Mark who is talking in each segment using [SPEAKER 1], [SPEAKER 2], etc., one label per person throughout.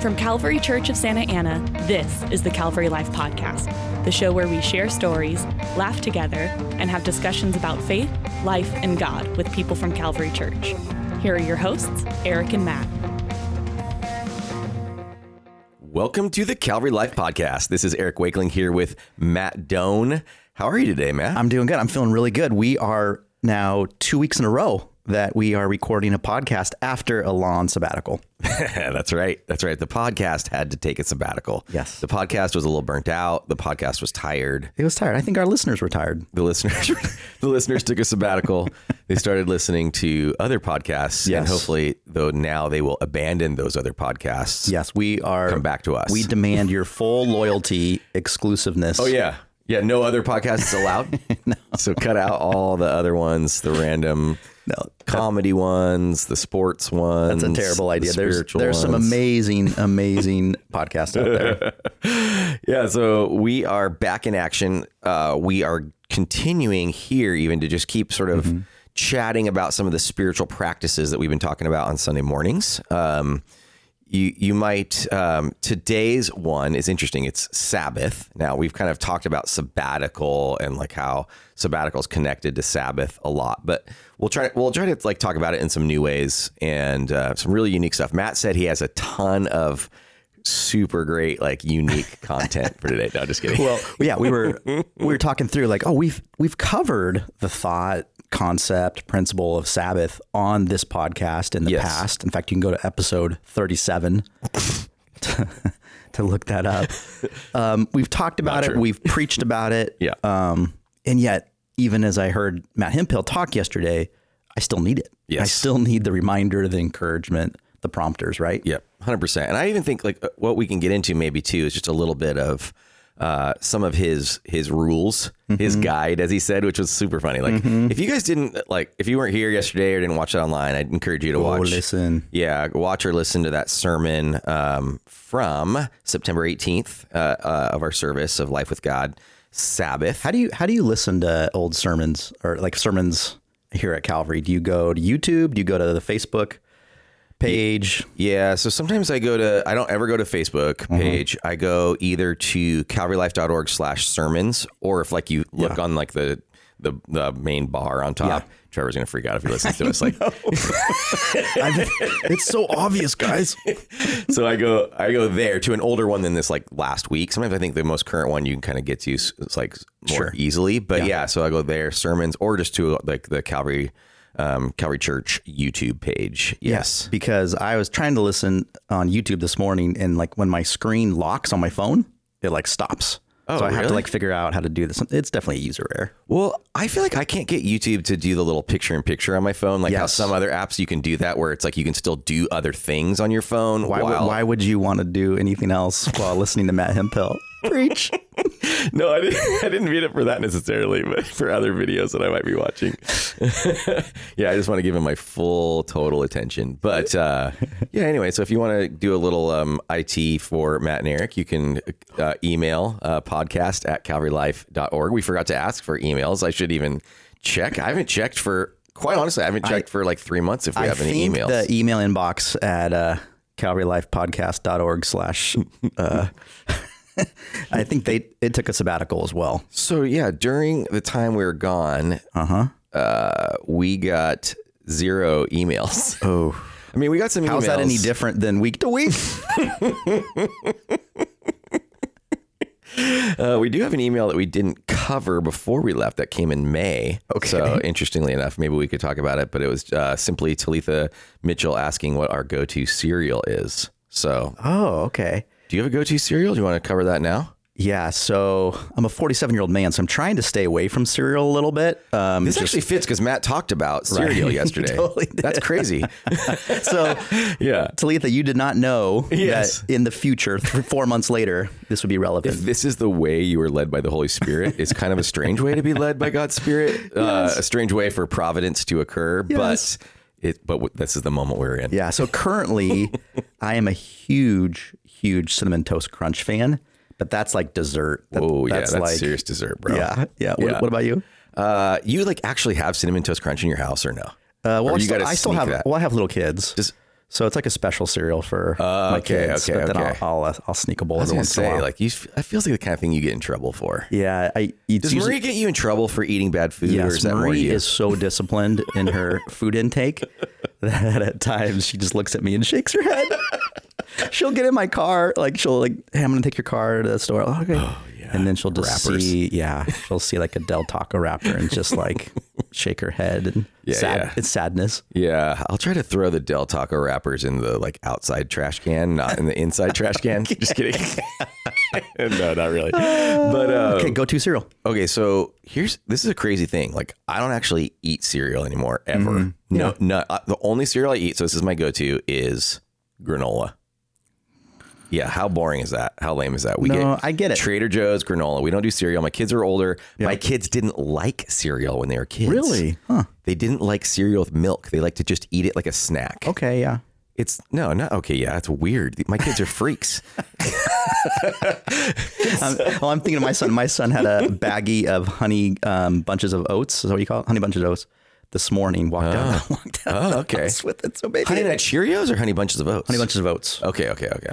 [SPEAKER 1] From Calvary Church of Santa Ana, this is the Calvary Life Podcast, the show where we share stories, laugh together, and have discussions about faith, life, and God with people from Calvary Church. Here are your hosts, Eric and Matt.
[SPEAKER 2] Welcome to the Calvary Life Podcast. This is Eric Wakeling here with Matt Doan. How are you today, Matt?
[SPEAKER 3] I'm doing good. I'm feeling really good. We are now two weeks in a row that we are recording a podcast after a long sabbatical.
[SPEAKER 2] That's right. That's right. The podcast had to take a sabbatical.
[SPEAKER 3] Yes.
[SPEAKER 2] The podcast was a little burnt out. The podcast was tired.
[SPEAKER 3] It was tired. I think our listeners were tired.
[SPEAKER 2] The listeners the listeners took a sabbatical. They started listening to other podcasts. And
[SPEAKER 3] Yes.
[SPEAKER 2] hopefully, though now they will abandon those other podcasts.
[SPEAKER 3] Yes, we are.
[SPEAKER 2] Come back to us.
[SPEAKER 3] We demand your full loyalty, exclusiveness.
[SPEAKER 2] Oh yeah. Yeah, no other podcasts allowed. So cut out all the other ones, the random
[SPEAKER 3] No,
[SPEAKER 2] comedy ones, the sports ones.
[SPEAKER 3] it's a terrible
[SPEAKER 2] the
[SPEAKER 3] idea. There's
[SPEAKER 2] spiritual
[SPEAKER 3] there's some
[SPEAKER 2] ones.
[SPEAKER 3] amazing, amazing podcasts out there.
[SPEAKER 2] Yeah, so we are back in action. Uh, we are continuing here, even to just keep sort
[SPEAKER 3] Mm-hmm.
[SPEAKER 2] of chatting about some of the spiritual practices that we've been talking about on Sunday mornings. Um, you you might um, today's one is interesting. It's Sabbath. Now we've kind of talked about sabbatical and like how sabbatical is connected to Sabbath a lot, but we'll try we'll try to like talk about it in some new ways and uh, some really unique stuff. Matt said he has a ton of super great like unique content for today. No, just kidding.
[SPEAKER 3] Well, yeah, we were we were talking through like, oh, we've we've covered the thought, concept, principle of Sabbath on this podcast in the
[SPEAKER 2] Yes.
[SPEAKER 3] past. In fact, you can go to episode thirty-seven to, to look that up. Um, we've talked about it.
[SPEAKER 2] true.
[SPEAKER 3] We've preached about it.
[SPEAKER 2] Yeah.
[SPEAKER 3] Um, and yet, even as I heard Matt Hempill talk yesterday, I still need it. I
[SPEAKER 2] Yes.
[SPEAKER 3] still need the reminder, the encouragement, the prompters. Right.
[SPEAKER 2] Yep, hundred percent. And I even think like uh, what we can get into maybe too is just a little bit of uh, some of his his rules, his
[SPEAKER 3] Mm-hmm.
[SPEAKER 2] guide, as he said, which was super funny. Like if you guys didn't like if you weren't here yesterday or didn't watch it online, I'd encourage you to
[SPEAKER 3] Oh,
[SPEAKER 2] watch.
[SPEAKER 3] listen.
[SPEAKER 2] Yeah, watch or listen to that sermon um, from September 18th uh, uh, of our service of Life with God Sabbath.
[SPEAKER 3] How do you how do you listen to old sermons or like sermons here at Calvary? Do you go to YouTube? Do you go to the Facebook page?
[SPEAKER 2] Yeah, so sometimes I go to I don't ever go to Facebook page. I go either to calvarylife.org slash sermons or if like you look on like the the, the main bar on top. Trevor's gonna freak out if he listens to us. Like
[SPEAKER 3] I've- it's so obvious, guys.
[SPEAKER 2] so I go I go there to an older one than this like last week. Sometimes I think the most current one you can kind of get to s- it's like more easily. But yeah. so I go there, sermons, or just to like the Calvary um Calvary Church YouTube page. Yes.
[SPEAKER 3] Because I was trying to listen on YouTube this morning and like when my screen locks on my phone, it like stops.
[SPEAKER 2] Oh,
[SPEAKER 3] so I have
[SPEAKER 2] really?
[SPEAKER 3] to like figure out how to do this. It's definitely a user error.
[SPEAKER 2] Well, I feel like I can't get YouTube to do the little picture in picture on my phone, like how
[SPEAKER 3] Yes.
[SPEAKER 2] some other apps you can do that, where it's like you can still do other things on your phone.
[SPEAKER 3] Why, would,
[SPEAKER 2] while-
[SPEAKER 3] why would you want to do anything else while listening to Matt Hempel preach?
[SPEAKER 2] No, I didn't. I didn't mean it for that necessarily, but for other videos that I might be watching. yeah, I just want to give him my full total attention. But uh, yeah, anyway, so if you want to do a little um, IT for Matt and Eric, you can uh, email uh, podcast at calvarylife.org. We forgot to ask for emails. I should even check. I haven't checked for. Quite honestly, I haven't checked for like three months if we
[SPEAKER 3] I
[SPEAKER 2] have any
[SPEAKER 3] think
[SPEAKER 2] emails.
[SPEAKER 3] the email inbox at uh, calvarylifepodcast.org slash. Uh, I think they it took a sabbatical as well.
[SPEAKER 2] So yeah, during the time we were gone,
[SPEAKER 3] Uh-huh.
[SPEAKER 2] uh, we got zero emails. Oh, I mean, we got some.
[SPEAKER 3] How's
[SPEAKER 2] emails.
[SPEAKER 3] that any different than week to week?
[SPEAKER 2] Uh, we do have an email that we didn't cover before we left that came in May. Okay. So interestingly enough, maybe we could talk about it. But it was uh, simply Talitha Mitchell asking what our go-to cereal is. So,
[SPEAKER 3] oh, okay.
[SPEAKER 2] do you have a go-to cereal? Do you want to cover that now?
[SPEAKER 3] Yeah, so I'm a 47 year old man, so I'm trying to stay away from cereal a little bit. Um,
[SPEAKER 2] This actually fits because Matt talked about cereal
[SPEAKER 3] He
[SPEAKER 2] yesterday.
[SPEAKER 3] totally did.
[SPEAKER 2] That's crazy.
[SPEAKER 3] so,
[SPEAKER 2] yeah.
[SPEAKER 3] Talitha, you did not know
[SPEAKER 2] Yes.
[SPEAKER 3] that in the future, th- four months later, this would be relevant.
[SPEAKER 2] this is the way you were led by the Holy Spirit. It's kind of a strange way to be led by God's Spirit, uh, a strange way for providence to occur.
[SPEAKER 3] Yes.
[SPEAKER 2] But it, but w- this is the moment we're in.
[SPEAKER 3] Yeah. So currently, I am a huge, huge cinnamon toast crunch fan, but that's like dessert. That-
[SPEAKER 2] Oh yeah, that's serious dessert, bro.
[SPEAKER 3] Yeah, yeah. What,
[SPEAKER 2] Yeah.
[SPEAKER 3] what about you?
[SPEAKER 2] Uh, you like actually have cinnamon toast crunch in your house or no?
[SPEAKER 3] Uh, well,
[SPEAKER 2] Or
[SPEAKER 3] I
[SPEAKER 2] Oh, you
[SPEAKER 3] still,
[SPEAKER 2] gotta
[SPEAKER 3] I still
[SPEAKER 2] sneak
[SPEAKER 3] have.
[SPEAKER 2] that?
[SPEAKER 3] Well, I have little kids,
[SPEAKER 2] Does-
[SPEAKER 3] So it's like a special cereal for my
[SPEAKER 2] Uh, okay,
[SPEAKER 3] kids.
[SPEAKER 2] okay,
[SPEAKER 3] but then
[SPEAKER 2] okay.
[SPEAKER 3] I'll I'll, uh, I'll sneak a bowl
[SPEAKER 2] I was
[SPEAKER 3] every
[SPEAKER 2] gonna
[SPEAKER 3] once in a
[SPEAKER 2] say,
[SPEAKER 3] while.
[SPEAKER 2] like, you, f- that feels like the kind of thing you get in trouble for.
[SPEAKER 3] yeah, I it's
[SPEAKER 2] Does
[SPEAKER 3] usually-
[SPEAKER 2] Marie get you in trouble for eating bad food, or is
[SPEAKER 3] Yes,
[SPEAKER 2] that more
[SPEAKER 3] Marie
[SPEAKER 2] you?
[SPEAKER 3] is so disciplined in her food intake that at times she just looks at me and shakes her head. she'll get in my car, like she'll like, hey, I'm gonna take your car to the store. "Oh, okay. And then she'll just
[SPEAKER 2] Wrappers.
[SPEAKER 3] see, yeah, she'll see like a Del Taco wrapper and just like shake her head and
[SPEAKER 2] Yeah,
[SPEAKER 3] sad,
[SPEAKER 2] yeah.
[SPEAKER 3] it's sadness.
[SPEAKER 2] Yeah, I'll try to throw the Del Taco wrappers in the like outside trash can, not in the inside trash can. Just kidding. no, not really. But uh,
[SPEAKER 3] Okay, go to cereal.
[SPEAKER 2] okay, so here's this is a crazy thing. Like, I don't actually eat cereal anymore ever.
[SPEAKER 3] Mm-hmm.
[SPEAKER 2] No, no. I- the only cereal I eat, so this is my go-to, is granola. Yeah, how boring is that? How lame is that? We
[SPEAKER 3] No,
[SPEAKER 2] get
[SPEAKER 3] I get it.
[SPEAKER 2] Trader Joe's granola. We don't do cereal. My kids are older. My kids didn't like cereal when they were kids.
[SPEAKER 3] Really? Huh.
[SPEAKER 2] They didn't like cereal with milk. They like to just eat it like a snack.
[SPEAKER 3] Okay, yeah.
[SPEAKER 2] It's no, not okay. Yeah, it's weird. My kids are freaks.
[SPEAKER 3] Um, well, I'm thinking of my son. My son had a baggie of honey um, bunches of oats. Is that what you call it? Honey bunches of oats. This morning, walked out. Walked out.
[SPEAKER 2] Oh,
[SPEAKER 3] the
[SPEAKER 2] okay.
[SPEAKER 3] house with it. So maybe
[SPEAKER 2] Honey Nut Cheerios or Honey Bunches of Oats?
[SPEAKER 3] Honey bunches of oats.
[SPEAKER 2] Okay, okay, okay.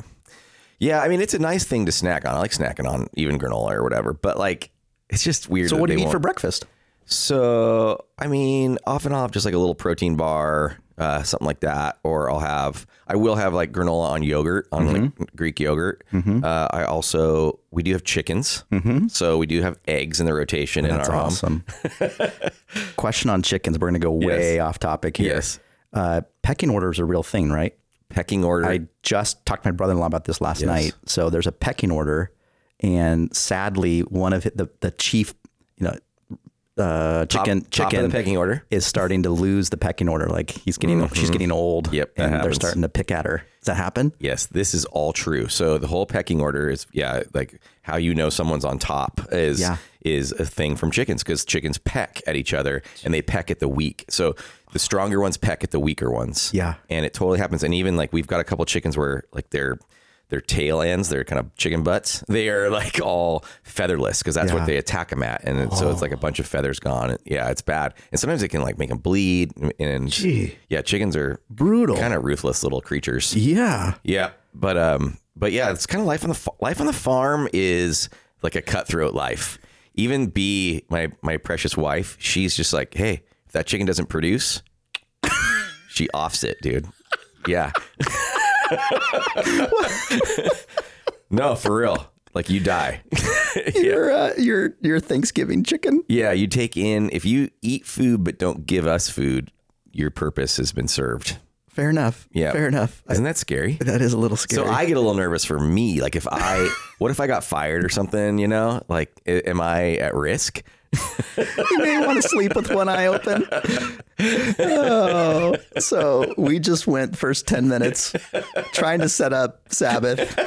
[SPEAKER 2] Yeah, I mean, it's a nice thing to snack on. I like snacking on even granola or whatever, but like, it's just weird.
[SPEAKER 3] So what
[SPEAKER 2] that
[SPEAKER 3] do you
[SPEAKER 2] they
[SPEAKER 3] eat for
[SPEAKER 2] won't-
[SPEAKER 3] breakfast?
[SPEAKER 2] So, I mean, off and off, just like a little protein bar, uh, something like that. Or I'll have, I will have like granola on yogurt, on
[SPEAKER 3] Mm-hmm.
[SPEAKER 2] like Greek yogurt. Uh, I also, we do have chickens. So we do have eggs in the rotation in our home.
[SPEAKER 3] Mm-hmm. Oh, awesome. Question on chickens. We're going to go way off topic here.
[SPEAKER 2] Yes.
[SPEAKER 3] Uh, pecking order is a real thing, right?
[SPEAKER 2] Pecking order.
[SPEAKER 3] I just talked to my brother in law about this last night. So there's a pecking order, and sadly, one of the the chief, you know, uh, chicken
[SPEAKER 2] Top
[SPEAKER 3] chicken
[SPEAKER 2] of the pecking order.
[SPEAKER 3] is starting to lose the pecking order. Like he's getting, she's getting old.
[SPEAKER 2] Yep, that
[SPEAKER 3] and they're
[SPEAKER 2] happens.
[SPEAKER 3] starting to pick at her. Does that happen?
[SPEAKER 2] Yes, this is all true. So the whole pecking order is yeah, like how you know someone's on top is
[SPEAKER 3] Yeah.
[SPEAKER 2] is a thing from chickens because chickens peck at each other and they peck at the weak. So the stronger ones peck at the weaker ones.
[SPEAKER 3] Yeah.
[SPEAKER 2] And it totally happens. And even like we've got a couple chickens where like their their tail ends, their kind of chicken butts, they are like all featherless because that's
[SPEAKER 3] Yeah.
[SPEAKER 2] what they attack them at. And it- so it's like a bunch of feathers gone. Yeah, it's bad. And sometimes it can like make them bleed. And
[SPEAKER 3] Gee.
[SPEAKER 2] yeah, chickens are
[SPEAKER 3] Brutal.
[SPEAKER 2] kind of ruthless little creatures.
[SPEAKER 3] Yeah.
[SPEAKER 2] Yeah, but um, but yeah, it's kind of life on the fa- life on the farm is like a cutthroat life. Even B, my my precious wife, she's just like, hey, if that chicken doesn't produce, she offs it, dude. Yeah. no, for real. Like you die.
[SPEAKER 3] Your uh, your your Thanksgiving chicken.
[SPEAKER 2] yeah, you take in if you eat food but don't give us food, your purpose has been served.
[SPEAKER 3] Fair enough.
[SPEAKER 2] Yeah.
[SPEAKER 3] Fair enough. I-
[SPEAKER 2] Isn't that scary?
[SPEAKER 3] that is a little scary.
[SPEAKER 2] So I get a little nervous for me. Like if I, what if I got fired or something? You know, like a- am I at risk?
[SPEAKER 3] you may want to sleep with one eye open. Oh, so we just went first 10 minutes trying to set up Sabbath.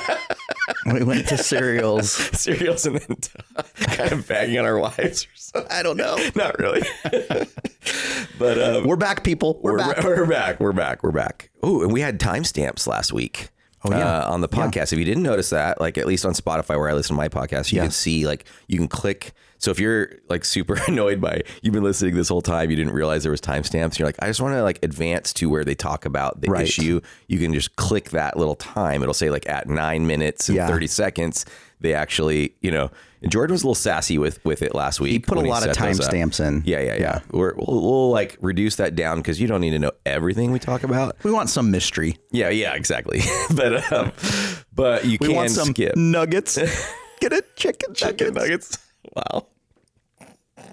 [SPEAKER 3] We went to cereals.
[SPEAKER 2] Cereals and then kind of bagging on our wives or something.
[SPEAKER 3] I don't know.
[SPEAKER 2] Not really, but um,
[SPEAKER 3] We're back, people. We're, back.
[SPEAKER 2] We're back. We're back. We're back. Oh, and we had timestamps last week. Oh
[SPEAKER 3] yeah.
[SPEAKER 2] on the podcast. If you didn't notice that, like at least on Spotify where I listen to my podcast, you
[SPEAKER 3] Yeah.
[SPEAKER 2] can see like you can click. So if you're like super annoyed by you've been listening this whole time, you didn't realize there was timestamps. You're like, I just want to like advance to where they talk about the
[SPEAKER 3] Right.
[SPEAKER 2] issue. You can just click that little time. It'll say like at nine minutes and
[SPEAKER 3] Yeah.
[SPEAKER 2] thirty seconds. They actually, you know, and Jordan was a little sassy with with it last week.
[SPEAKER 3] He put a
[SPEAKER 2] when
[SPEAKER 3] lot of
[SPEAKER 2] set those up.
[SPEAKER 3] timestamps in.
[SPEAKER 2] Yeah, yeah, yeah. We're, we'll, we'll like reduce that down because you don't need to know everything we talk about.
[SPEAKER 3] We want some mystery.
[SPEAKER 2] Yeah, yeah, exactly. but um, but you
[SPEAKER 3] We
[SPEAKER 2] can
[SPEAKER 3] want some
[SPEAKER 2] skip
[SPEAKER 3] nuggets. Get it? Chicken, chicken.
[SPEAKER 2] nuggets. Wow.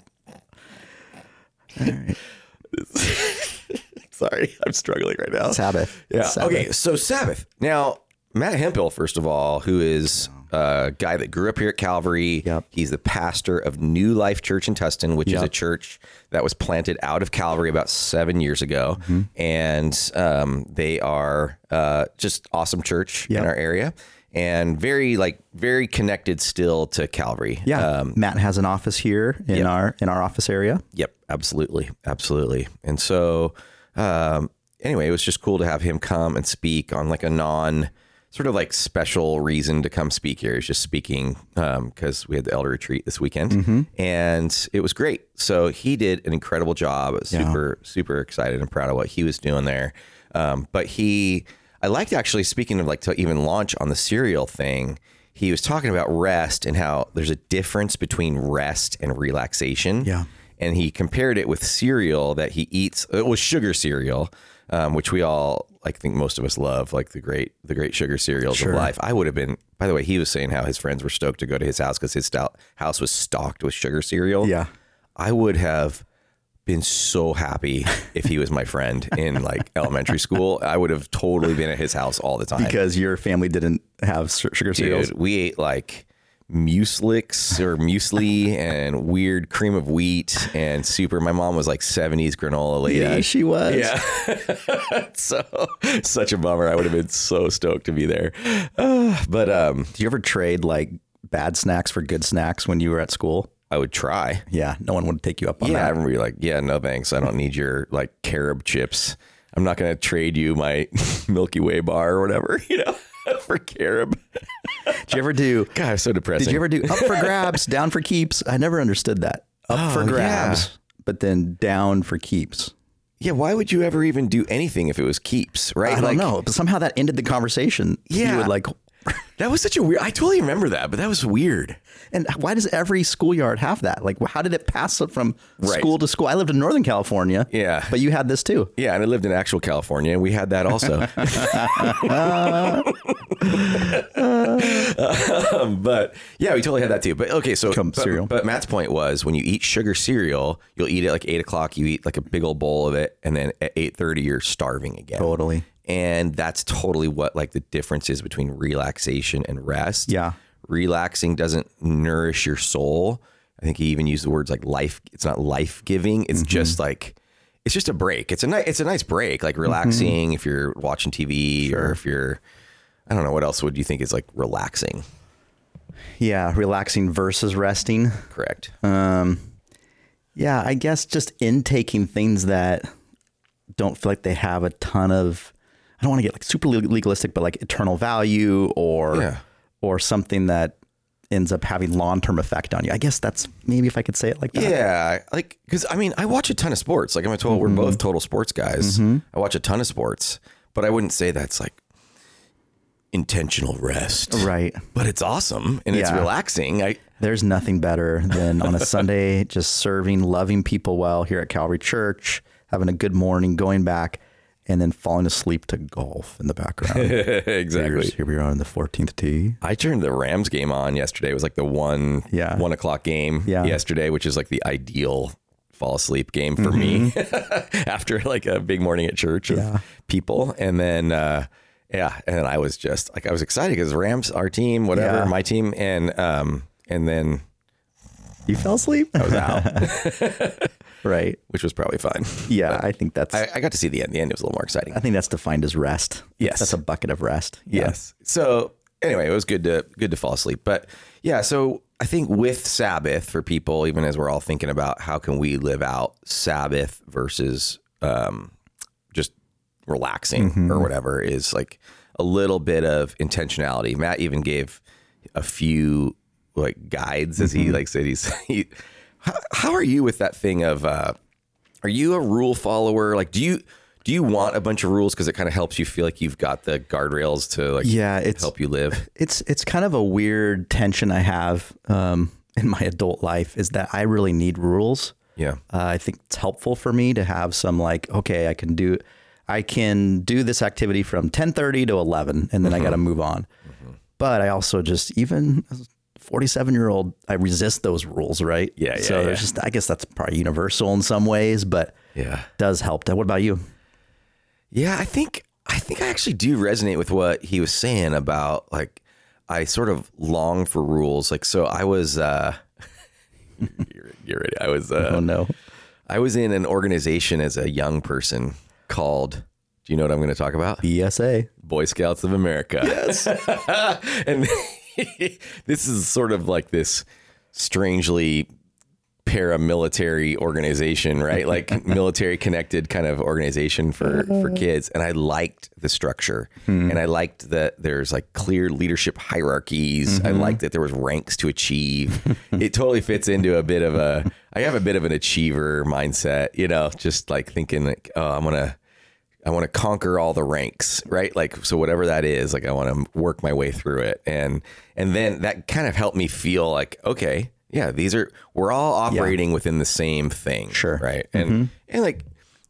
[SPEAKER 2] Sorry, I'm struggling right now.
[SPEAKER 3] Sabbath.
[SPEAKER 2] Yeah.
[SPEAKER 3] Sabbath.
[SPEAKER 2] Okay. So Sabbath. Now Matt Hempel, first of all, who is a guy that grew up here at Calvary.
[SPEAKER 3] Yep.
[SPEAKER 2] He's the pastor of New Life Church in Tustin, which is a church that was planted out of Calvary about seven years ago,
[SPEAKER 3] Mm-hmm.
[SPEAKER 2] and um, they are uh, just awesome church
[SPEAKER 3] Yep.
[SPEAKER 2] in our area. And very like very connected still to Calvary.
[SPEAKER 3] Yeah.
[SPEAKER 2] Um,
[SPEAKER 3] Matt has an office here in our in our office area.
[SPEAKER 2] Yep, absolutely, absolutely. And so, um, anyway, it was just cool to have him come and speak on like a non sort of like special reason to come speak here. He's just speaking because we had the elder retreat this weekend, and it was great. So he did an incredible job. Super, super excited and proud of what he was doing there. Um, but he, I liked actually speaking of like to even launch on the cereal thing. He was talking about rest and how there's a difference between rest and relaxation.
[SPEAKER 3] Yeah.
[SPEAKER 2] And he compared it with cereal that he eats. It was sugar cereal, um, which we all, I think most of us love, like the great, the great sugar cereals of life. I would have been, by the way, he was saying how his friends were stoked to go to his house because his stout house was stocked with sugar cereal.
[SPEAKER 3] Yeah.
[SPEAKER 2] I would have been so happy if he was my friend in like elementary school. I would have totally been at his house all the time.
[SPEAKER 3] Because your family didn't have su- sugar cereals.
[SPEAKER 2] Dude, we ate like muslix or muesli and weird cream of wheat and super. My mom was like 70s granola lady.
[SPEAKER 3] Yeah, she was.
[SPEAKER 2] Yeah. so such a bummer. I would have been so stoked to be there. Uh, but um,
[SPEAKER 3] Did you ever trade like bad snacks for good snacks when you were at school?
[SPEAKER 2] I would try.
[SPEAKER 3] Yeah, no one would take you up on
[SPEAKER 2] Yeah, I
[SPEAKER 3] that.
[SPEAKER 2] remember you're like, yeah, no thanks. I don't need your like carob chips. I'm not gonna trade you my Milky Way bar or whatever, you know, for carob.
[SPEAKER 3] Did you ever do?
[SPEAKER 2] God, it's so depressing.
[SPEAKER 3] Did you ever do up for grabs, down for keeps? I never understood that. Up
[SPEAKER 2] Oh,
[SPEAKER 3] for
[SPEAKER 2] yeah.
[SPEAKER 3] grabs, but then down for keeps.
[SPEAKER 2] Yeah, why would you ever even do anything if it was keeps, right?
[SPEAKER 3] I don't
[SPEAKER 2] Like,
[SPEAKER 3] know, but somehow that ended the conversation.
[SPEAKER 2] Yeah.
[SPEAKER 3] you would like.
[SPEAKER 2] That was such a weird I totally remember that, but that was weird.
[SPEAKER 3] And why does every schoolyard have that? Like, how did it pass up from
[SPEAKER 2] Right.
[SPEAKER 3] school to school? I lived in Northern California.
[SPEAKER 2] Yeah.
[SPEAKER 3] but you had this too.
[SPEAKER 2] Yeah, and I lived in actual California, and we had that also. Um, but yeah, we totally had that too. But okay, so
[SPEAKER 3] Come
[SPEAKER 2] but,
[SPEAKER 3] cereal.
[SPEAKER 2] But Matt's point was when you eat sugar cereal, you'll eat it like eight o'clock. You eat like a big old bowl of it, and then at eight thirty, you're starving again.
[SPEAKER 3] Totally.
[SPEAKER 2] And that's totally what like the difference is between relaxation and rest.
[SPEAKER 3] Yeah.
[SPEAKER 2] relaxing doesn't nourish your soul. I think he even used the words like life. It's not life giving. It's just like it's just a break. It's a nice it's a nice break, like relaxing if you're watching TV or if you're I don't know what else would you think is like relaxing.
[SPEAKER 3] Yeah, relaxing versus resting.
[SPEAKER 2] Correct.
[SPEAKER 3] Yeah, I guess just intaking things that don't feel like they have a ton of. I don't want to get like super le- legalistic, but like eternal value or
[SPEAKER 2] Yeah.
[SPEAKER 3] or something that ends up having long term effect on you. I guess that's maybe if I could say it like that.
[SPEAKER 2] Yeah, like because I mean, I watch a ton of sports. Like I'm a total,
[SPEAKER 3] Mm-hmm.
[SPEAKER 2] we're both total sports guys. I watch a ton of sports, but I wouldn't say that's like intentional rest,
[SPEAKER 3] Right.
[SPEAKER 2] But it's awesome and it's
[SPEAKER 3] Yeah.
[SPEAKER 2] relaxing. I
[SPEAKER 3] There's nothing better than on a Sunday just serving, loving people well here at Calvary Church, having a good morning, going back, and then falling asleep to golf in the background.
[SPEAKER 2] exactly.
[SPEAKER 3] Here we are on the 14th tee.
[SPEAKER 2] I turned the Rams game on yesterday. It was like the one
[SPEAKER 3] Yeah.
[SPEAKER 2] one o'clock game
[SPEAKER 3] Yeah.
[SPEAKER 2] yesterday, which is like the ideal fall asleep game for me
[SPEAKER 3] Mm-hmm.
[SPEAKER 2] after like a big morning at church of people. And then uh yeah, and then I was just like I was excited because Rams, our team, whatever,
[SPEAKER 3] Yeah.
[SPEAKER 2] my team, and um and then
[SPEAKER 3] You fell asleep?
[SPEAKER 2] I was out,
[SPEAKER 3] right.
[SPEAKER 2] which was probably fine.
[SPEAKER 3] Yeah, I think that's.
[SPEAKER 2] I,
[SPEAKER 3] I,
[SPEAKER 2] I got to see the end. The end was a little more exciting.
[SPEAKER 3] think that's defined as rest.
[SPEAKER 2] Yes.
[SPEAKER 3] that's a bucket of rest. Yeah.
[SPEAKER 2] Yes. So anyway, it was good to good to fall asleep. But yeah, so I think with Sabbath for people, even as we're all thinking about how can we live out Sabbath versus um, just relaxing or whatever, is like a little bit of intentionality. Matt even gave a few like guides as he like said he's he, how, how are you with that thing of uh are you a rule follower? Like, do you do you want a bunch of rules because it kind of helps you feel like you've got the guardrails to like
[SPEAKER 3] Yeah, it's
[SPEAKER 2] help you live?
[SPEAKER 3] it's it's kind of a weird tension I have um, in my adult life is that I really need rules.
[SPEAKER 2] Yeah,
[SPEAKER 3] Uh, I think it's helpful for me to have some like, okay, I can do, I can do this activity from 1030 to 11 and then I got to
[SPEAKER 2] Mm-hmm.
[SPEAKER 3] move on. But I also just, even as a 47 year old, I resist those rules. Right.
[SPEAKER 2] Yeah, yeah,
[SPEAKER 3] So
[SPEAKER 2] yeah.
[SPEAKER 3] there's just, I guess that's probably universal in some ways, but
[SPEAKER 2] yeah,
[SPEAKER 3] does help. What about you?
[SPEAKER 2] yeah. I think I think I actually do resonate with what he was saying about like I sort of long for rules. Like, so I was uh, you're, you're ready. I was uh,
[SPEAKER 3] oh no.
[SPEAKER 2] I was in an organization as a young person called. Do you know what I'm going to talk about?
[SPEAKER 3] E ESA.
[SPEAKER 2] Boy Scouts of America. Yes. and this is sort of like this strangely paramilitary organization, right? Like military connected kind of organization for for kids. And I liked the structure. And I liked that there's like clear leadership hierarchies. I liked that there was ranks to achieve. it totally fits into a bit of a I have a bit of an achiever mindset, you know, just like thinking like, oh, I'm gonna I want to conquer all the ranks, right? Like so whatever that is, like I want to work my way through it. And and then that kind of helped me feel like, okay, yeah, these are we're all operating within the same thing.
[SPEAKER 3] Sure. Mm-hmm.
[SPEAKER 2] Right. And and like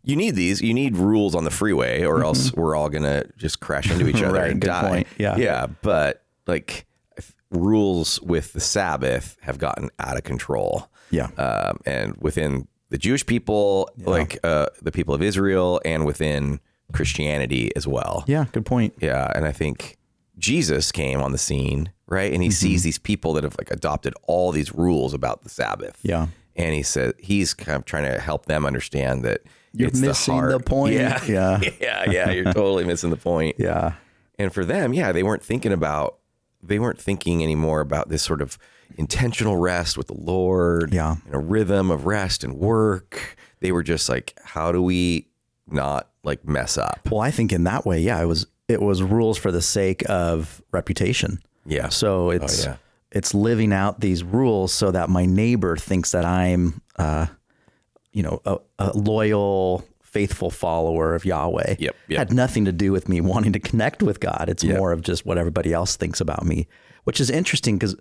[SPEAKER 2] you need these. You need rules on the freeway, or else we're all gonna just crash into each other
[SPEAKER 3] Mm-hmm. Right,
[SPEAKER 2] and
[SPEAKER 3] good
[SPEAKER 2] die.
[SPEAKER 3] point. Yeah.
[SPEAKER 2] yeah. But like if rules with the Sabbath have gotten out of control
[SPEAKER 3] Yeah.
[SPEAKER 2] um, and within the Jewish people, like uh, the people of Israel, and within Christianity as well.
[SPEAKER 3] Yeah. Good point.
[SPEAKER 2] Yeah, and I think Jesus came on the scene, right?
[SPEAKER 3] Mm-hmm.
[SPEAKER 2] And he sees these people that have like adopted all these rules about the Sabbath.
[SPEAKER 3] Yeah.
[SPEAKER 2] and he said he's kind of trying to help them understand that
[SPEAKER 3] You're
[SPEAKER 2] it's
[SPEAKER 3] missing
[SPEAKER 2] the,
[SPEAKER 3] the,
[SPEAKER 2] heart.
[SPEAKER 3] point.
[SPEAKER 2] Yeah,
[SPEAKER 3] Yeah.
[SPEAKER 2] yeah, yeah. You're totally missing the point.
[SPEAKER 3] Yeah.
[SPEAKER 2] And for them, yeah, they weren't thinking about they weren't thinking anymore about this sort of intentional rest with the Lord
[SPEAKER 3] Yeah.
[SPEAKER 2] and a rhythm of rest and work. They were just like, how do we not like mess up?
[SPEAKER 3] Well, I think in that way, yeah, it was it was rules for the sake of reputation.
[SPEAKER 2] Yeah. Oh,
[SPEAKER 3] So it's
[SPEAKER 2] yeah.
[SPEAKER 3] it's living out these rules so that my neighbor thinks that I'm, uh, you know, a, a loyal, faithful follower of Yahweh.
[SPEAKER 2] Yep, yep.
[SPEAKER 3] Had nothing to do with me wanting to connect with God. It's more of just what everybody else thinks about me, which is interesting because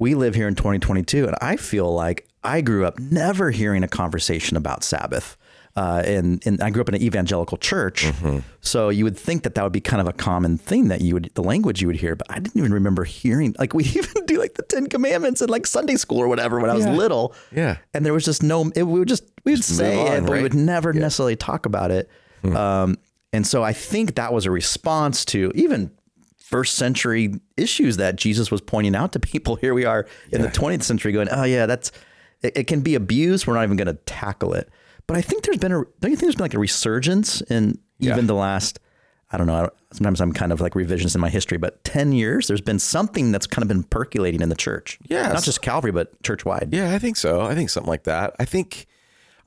[SPEAKER 3] we live here in 2022, and I feel like I grew up never hearing a conversation about Sabbath. Uh, and, and I grew up in an evangelical church.
[SPEAKER 2] Mm-hmm.
[SPEAKER 3] So you would think that that would be kind of a common thing that you would, the language you would hear, but I didn't even remember hearing, like we even do like the 10 commandments in like Sunday school or whatever when I was little.
[SPEAKER 2] Yeah.
[SPEAKER 3] And there was just no, it, we would just, we would say
[SPEAKER 2] move
[SPEAKER 3] it,
[SPEAKER 2] on,
[SPEAKER 3] but we
[SPEAKER 2] right?
[SPEAKER 3] would never necessarily talk about it. Um, and so I think that was a response to even first century issues that Jesus was pointing out to people. Here we are in the 20th century going, oh, yeah, that's it, it can be abused. We're not even going to tackle it. But I think there's been a don't you think there's been like a resurgence in even the last I don't know. I don't, sometimes I'm kind of like revisionist in my history, but 10 years there's been something that's kind of been percolating in the church.
[SPEAKER 2] Yes.
[SPEAKER 3] Not just Calvary, but church wide.
[SPEAKER 2] Yeah, I think so. I think something like that. I think,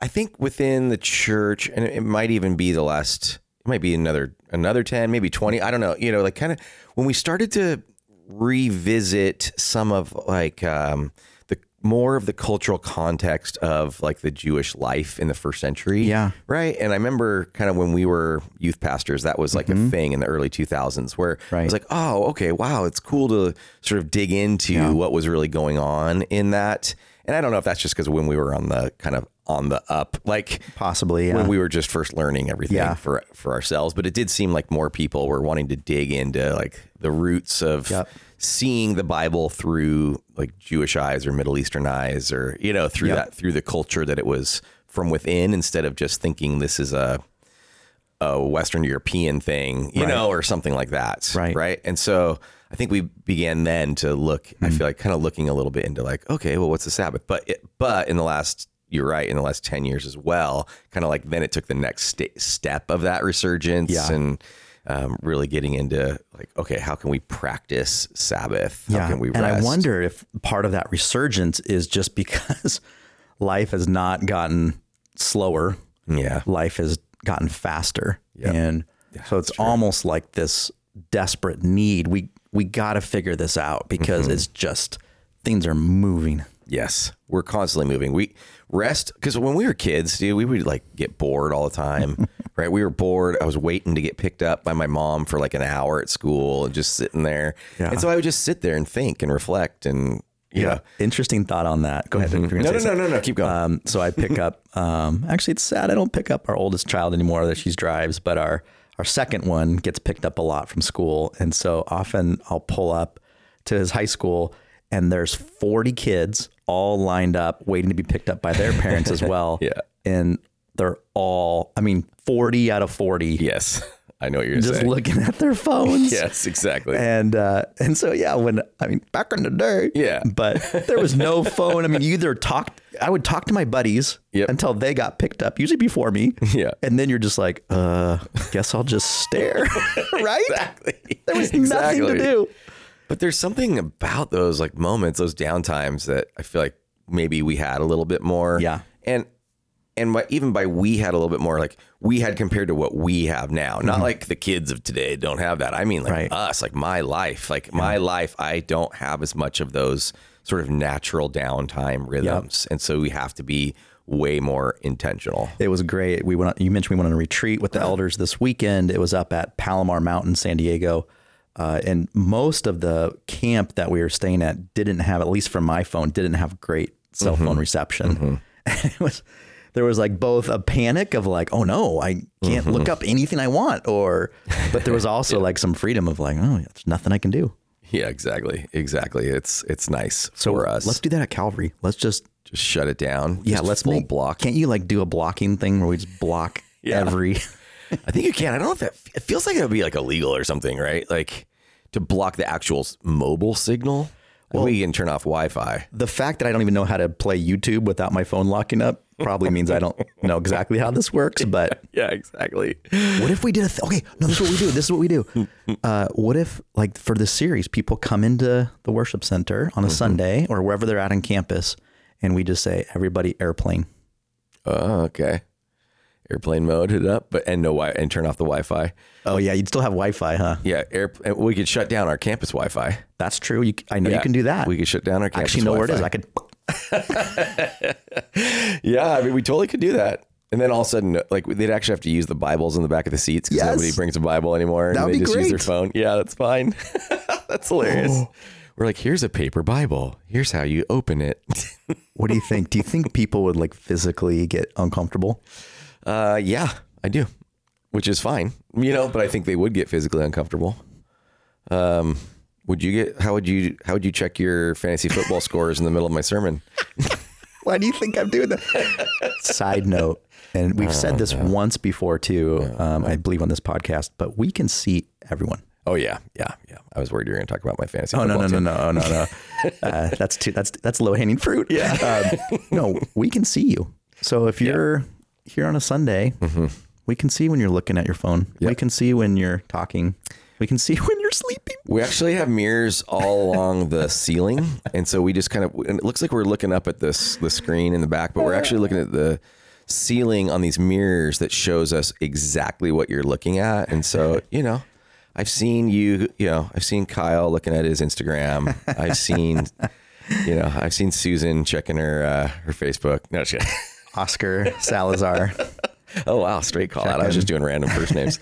[SPEAKER 2] I think within the church, and it might even be the last. It might be another another ten, maybe twenty. I don't know. You know, like kind of when we started to revisit some of like um, the more of the cultural context of like the Jewish life in the first century.
[SPEAKER 3] Yeah.
[SPEAKER 2] Right. And I remember kind of when we were youth pastors, that was like a thing in the early 2000s where I
[SPEAKER 3] Mm-hmm. Right.
[SPEAKER 2] was like, oh, okay, wow, it's cool to sort of dig into what was really going on in that. And I don't know if that's just because when we were on the kind of on the up, like
[SPEAKER 3] Possibly. Yeah.
[SPEAKER 2] when we were just first learning everything
[SPEAKER 3] Yeah.
[SPEAKER 2] for for ourselves, but it did seem like more people were wanting to dig into like the roots of
[SPEAKER 3] Yep.
[SPEAKER 2] seeing the Bible through like Jewish eyes or Middle Eastern eyes or you know through that through the culture that it was from within instead of just thinking this is a a Western European thing, you know, or something like that,
[SPEAKER 3] Right.
[SPEAKER 2] Right, and so I think we began then to look.
[SPEAKER 3] Hmm.
[SPEAKER 2] I feel like kind of looking a little bit into like, okay, well, what's the Sabbath? But it, but in the last, you're right, in the last ten years as well, kind of like then it took the next sta- step of that resurgence
[SPEAKER 3] Yeah.
[SPEAKER 2] and um, really getting into like, okay, how can we practice Sabbath? How can we rest?
[SPEAKER 3] and I wonder if part of that resurgence is just because life has not gotten slower.
[SPEAKER 2] Yeah.
[SPEAKER 3] Life has gotten faster. And so it's almost like this desperate need. We we gotta figure this out because
[SPEAKER 2] Mm-hmm.
[SPEAKER 3] it's just things are moving.
[SPEAKER 2] Yes, we're constantly moving. We rest because when we were kids, dude, we would like get bored all the time, right? We were bored. I was waiting to get picked up by my mom for like an hour at school and just sitting there. And so I would just sit there and think and reflect and you know.
[SPEAKER 3] Interesting thought on that. Go ahead. if you're gonna
[SPEAKER 2] No, Mm-hmm.
[SPEAKER 3] say
[SPEAKER 2] no,
[SPEAKER 3] something.
[SPEAKER 2] no, no, no. Keep going.
[SPEAKER 3] Um, so I pick up. Um, actually, it's sad. I don't pick up our oldest child anymore that she drives, but our our second one gets picked up a lot from school, and so often I'll pull up to his high school, and there's 40 kids all lined up waiting to be picked up by their parents as well.
[SPEAKER 2] Yeah.
[SPEAKER 3] and they're all. I mean, 40 out of 40
[SPEAKER 2] yes, I know what you're
[SPEAKER 3] just
[SPEAKER 2] saying.
[SPEAKER 3] looking at their phones.
[SPEAKER 2] yes, exactly.
[SPEAKER 3] And uh, and so yeah, when I mean back in the day,
[SPEAKER 2] Yeah.
[SPEAKER 3] but there was no phone. I mean, you either talked. I would talk to my buddies
[SPEAKER 2] Yep.
[SPEAKER 3] until they got picked up, usually before me.
[SPEAKER 2] Yeah.
[SPEAKER 3] and then you're just like, uh, guess I'll just stare, right?
[SPEAKER 2] exactly.
[SPEAKER 3] There was nothing
[SPEAKER 2] Exactly.
[SPEAKER 3] to do.
[SPEAKER 2] But there's something about those like moments, those downtimes that I feel like maybe we had a little bit more.
[SPEAKER 3] Yeah.
[SPEAKER 2] And and by, even by we had a little bit more, like we had compared to what we have now. Not like the kids of today don't have that. I mean, like
[SPEAKER 3] Mm-hmm. Right.
[SPEAKER 2] us, like my life, like my life, I don't have as much of those sort of natural downtime rhythms, and so we have to be way more intentional.
[SPEAKER 3] It was great. We went. On, you mentioned we went on a retreat with the
[SPEAKER 2] Uh-huh.
[SPEAKER 3] elders this weekend. It was up at Palomar Mountain, San Diego, uh, and most of the camp that we were staying at didn't have, at least from my phone, didn't have great cell
[SPEAKER 2] Mm-hmm.
[SPEAKER 3] phone reception. it was there was like both a panic of like, oh no, I can't
[SPEAKER 2] Mm-hmm.
[SPEAKER 3] look up anything I want, or but there was also like some freedom of like, oh, there's nothing I can do.
[SPEAKER 2] Yeah, exactly, exactly. It's it's nice for us.
[SPEAKER 3] Let's do that at Calvary. Let's just
[SPEAKER 2] just shut it down.
[SPEAKER 3] yeah,
[SPEAKER 2] Just
[SPEAKER 3] let's
[SPEAKER 2] full
[SPEAKER 3] make-
[SPEAKER 2] block.
[SPEAKER 3] Can't you like do a blocking thing where we just block
[SPEAKER 2] Yeah.
[SPEAKER 3] every?
[SPEAKER 2] I think you can. I don't know if that it feels like it would be like illegal or something, right? Like to block the actual s- mobile signal. we can turn off Wi-Fi.
[SPEAKER 3] the fact that I don't even know how to play YouTube without my phone locking up probably means I don't know exactly how this works. But
[SPEAKER 2] Yeah, exactly.
[SPEAKER 3] what if we did a th- okay? No, this is what we do. This is what we do. Uh, what if like for the series, people come into the worship center on a
[SPEAKER 2] Mm-hmm.
[SPEAKER 3] Sunday or wherever they're at on campus, and we just say, "Everybody, airplane."
[SPEAKER 2] Oh, okay. Airplane mode it up, but and no wi and turn off the Wi-Fi.
[SPEAKER 3] Oh yeah, you'd still have Wi-Fi, huh?
[SPEAKER 2] Yeah, air. and We could shut down our campus Wi-Fi.
[SPEAKER 3] That's true. You, c- I know
[SPEAKER 2] Yeah,
[SPEAKER 3] Oh, you can do that.
[SPEAKER 2] We could shut down our campus.
[SPEAKER 3] actually know where it is.
[SPEAKER 2] Wi-Fi.
[SPEAKER 3] I could.
[SPEAKER 2] Yeah, I mean, we totally could do that. And then all of a sudden, like they'd actually have to use the Bibles in the back of the seats because
[SPEAKER 3] Yes.
[SPEAKER 2] nobody brings a Bible anymore, and
[SPEAKER 3] That would
[SPEAKER 2] they
[SPEAKER 3] be
[SPEAKER 2] just use their
[SPEAKER 3] great.
[SPEAKER 2] phone. Yeah, that's fine. that's hilarious. We're like, here's a paper Bible. Here's how you open it.
[SPEAKER 3] What do you think? Do you think people would like physically get uncomfortable?
[SPEAKER 2] uh, yeah, I do, which is fine, you know. But I think they would get physically uncomfortable. Um, would you get? How would you? How would you check your fantasy football scores in the middle of my sermon?
[SPEAKER 3] Why do you think I'm doing that? Side note, and we've
[SPEAKER 2] Oh,
[SPEAKER 3] said this once before too, um, I believe on this podcast, but we can see everyone.
[SPEAKER 2] Oh yeah, yeah, yeah. I was worried you were going to talk about my fantasy.
[SPEAKER 3] Oh no
[SPEAKER 2] football
[SPEAKER 3] no no
[SPEAKER 2] team.
[SPEAKER 3] no oh, no no! Uh, that's too that's that's low hanging fruit. Yeah. Um, no, we can see you. So if you're here on a Sunday,
[SPEAKER 2] Mm-hmm.
[SPEAKER 3] we can see when you're looking at your phone. We can see when you're talking. We can see when you're sleeping.
[SPEAKER 2] We actually have mirrors all along the ceiling, and so we just kind of and it looks like we're looking up at this the screen in the back, but we're actually looking at the ceiling on these mirrors that shows us exactly what you're looking at. And so, you know, I've seen you, you know, I've seen Kyle looking at his Instagram. I've seen you know, I've seen Susan checking her uh, her Facebook. No, she,
[SPEAKER 3] Oscar Salazar,
[SPEAKER 2] oh wow, straight call out. I was just doing random first names.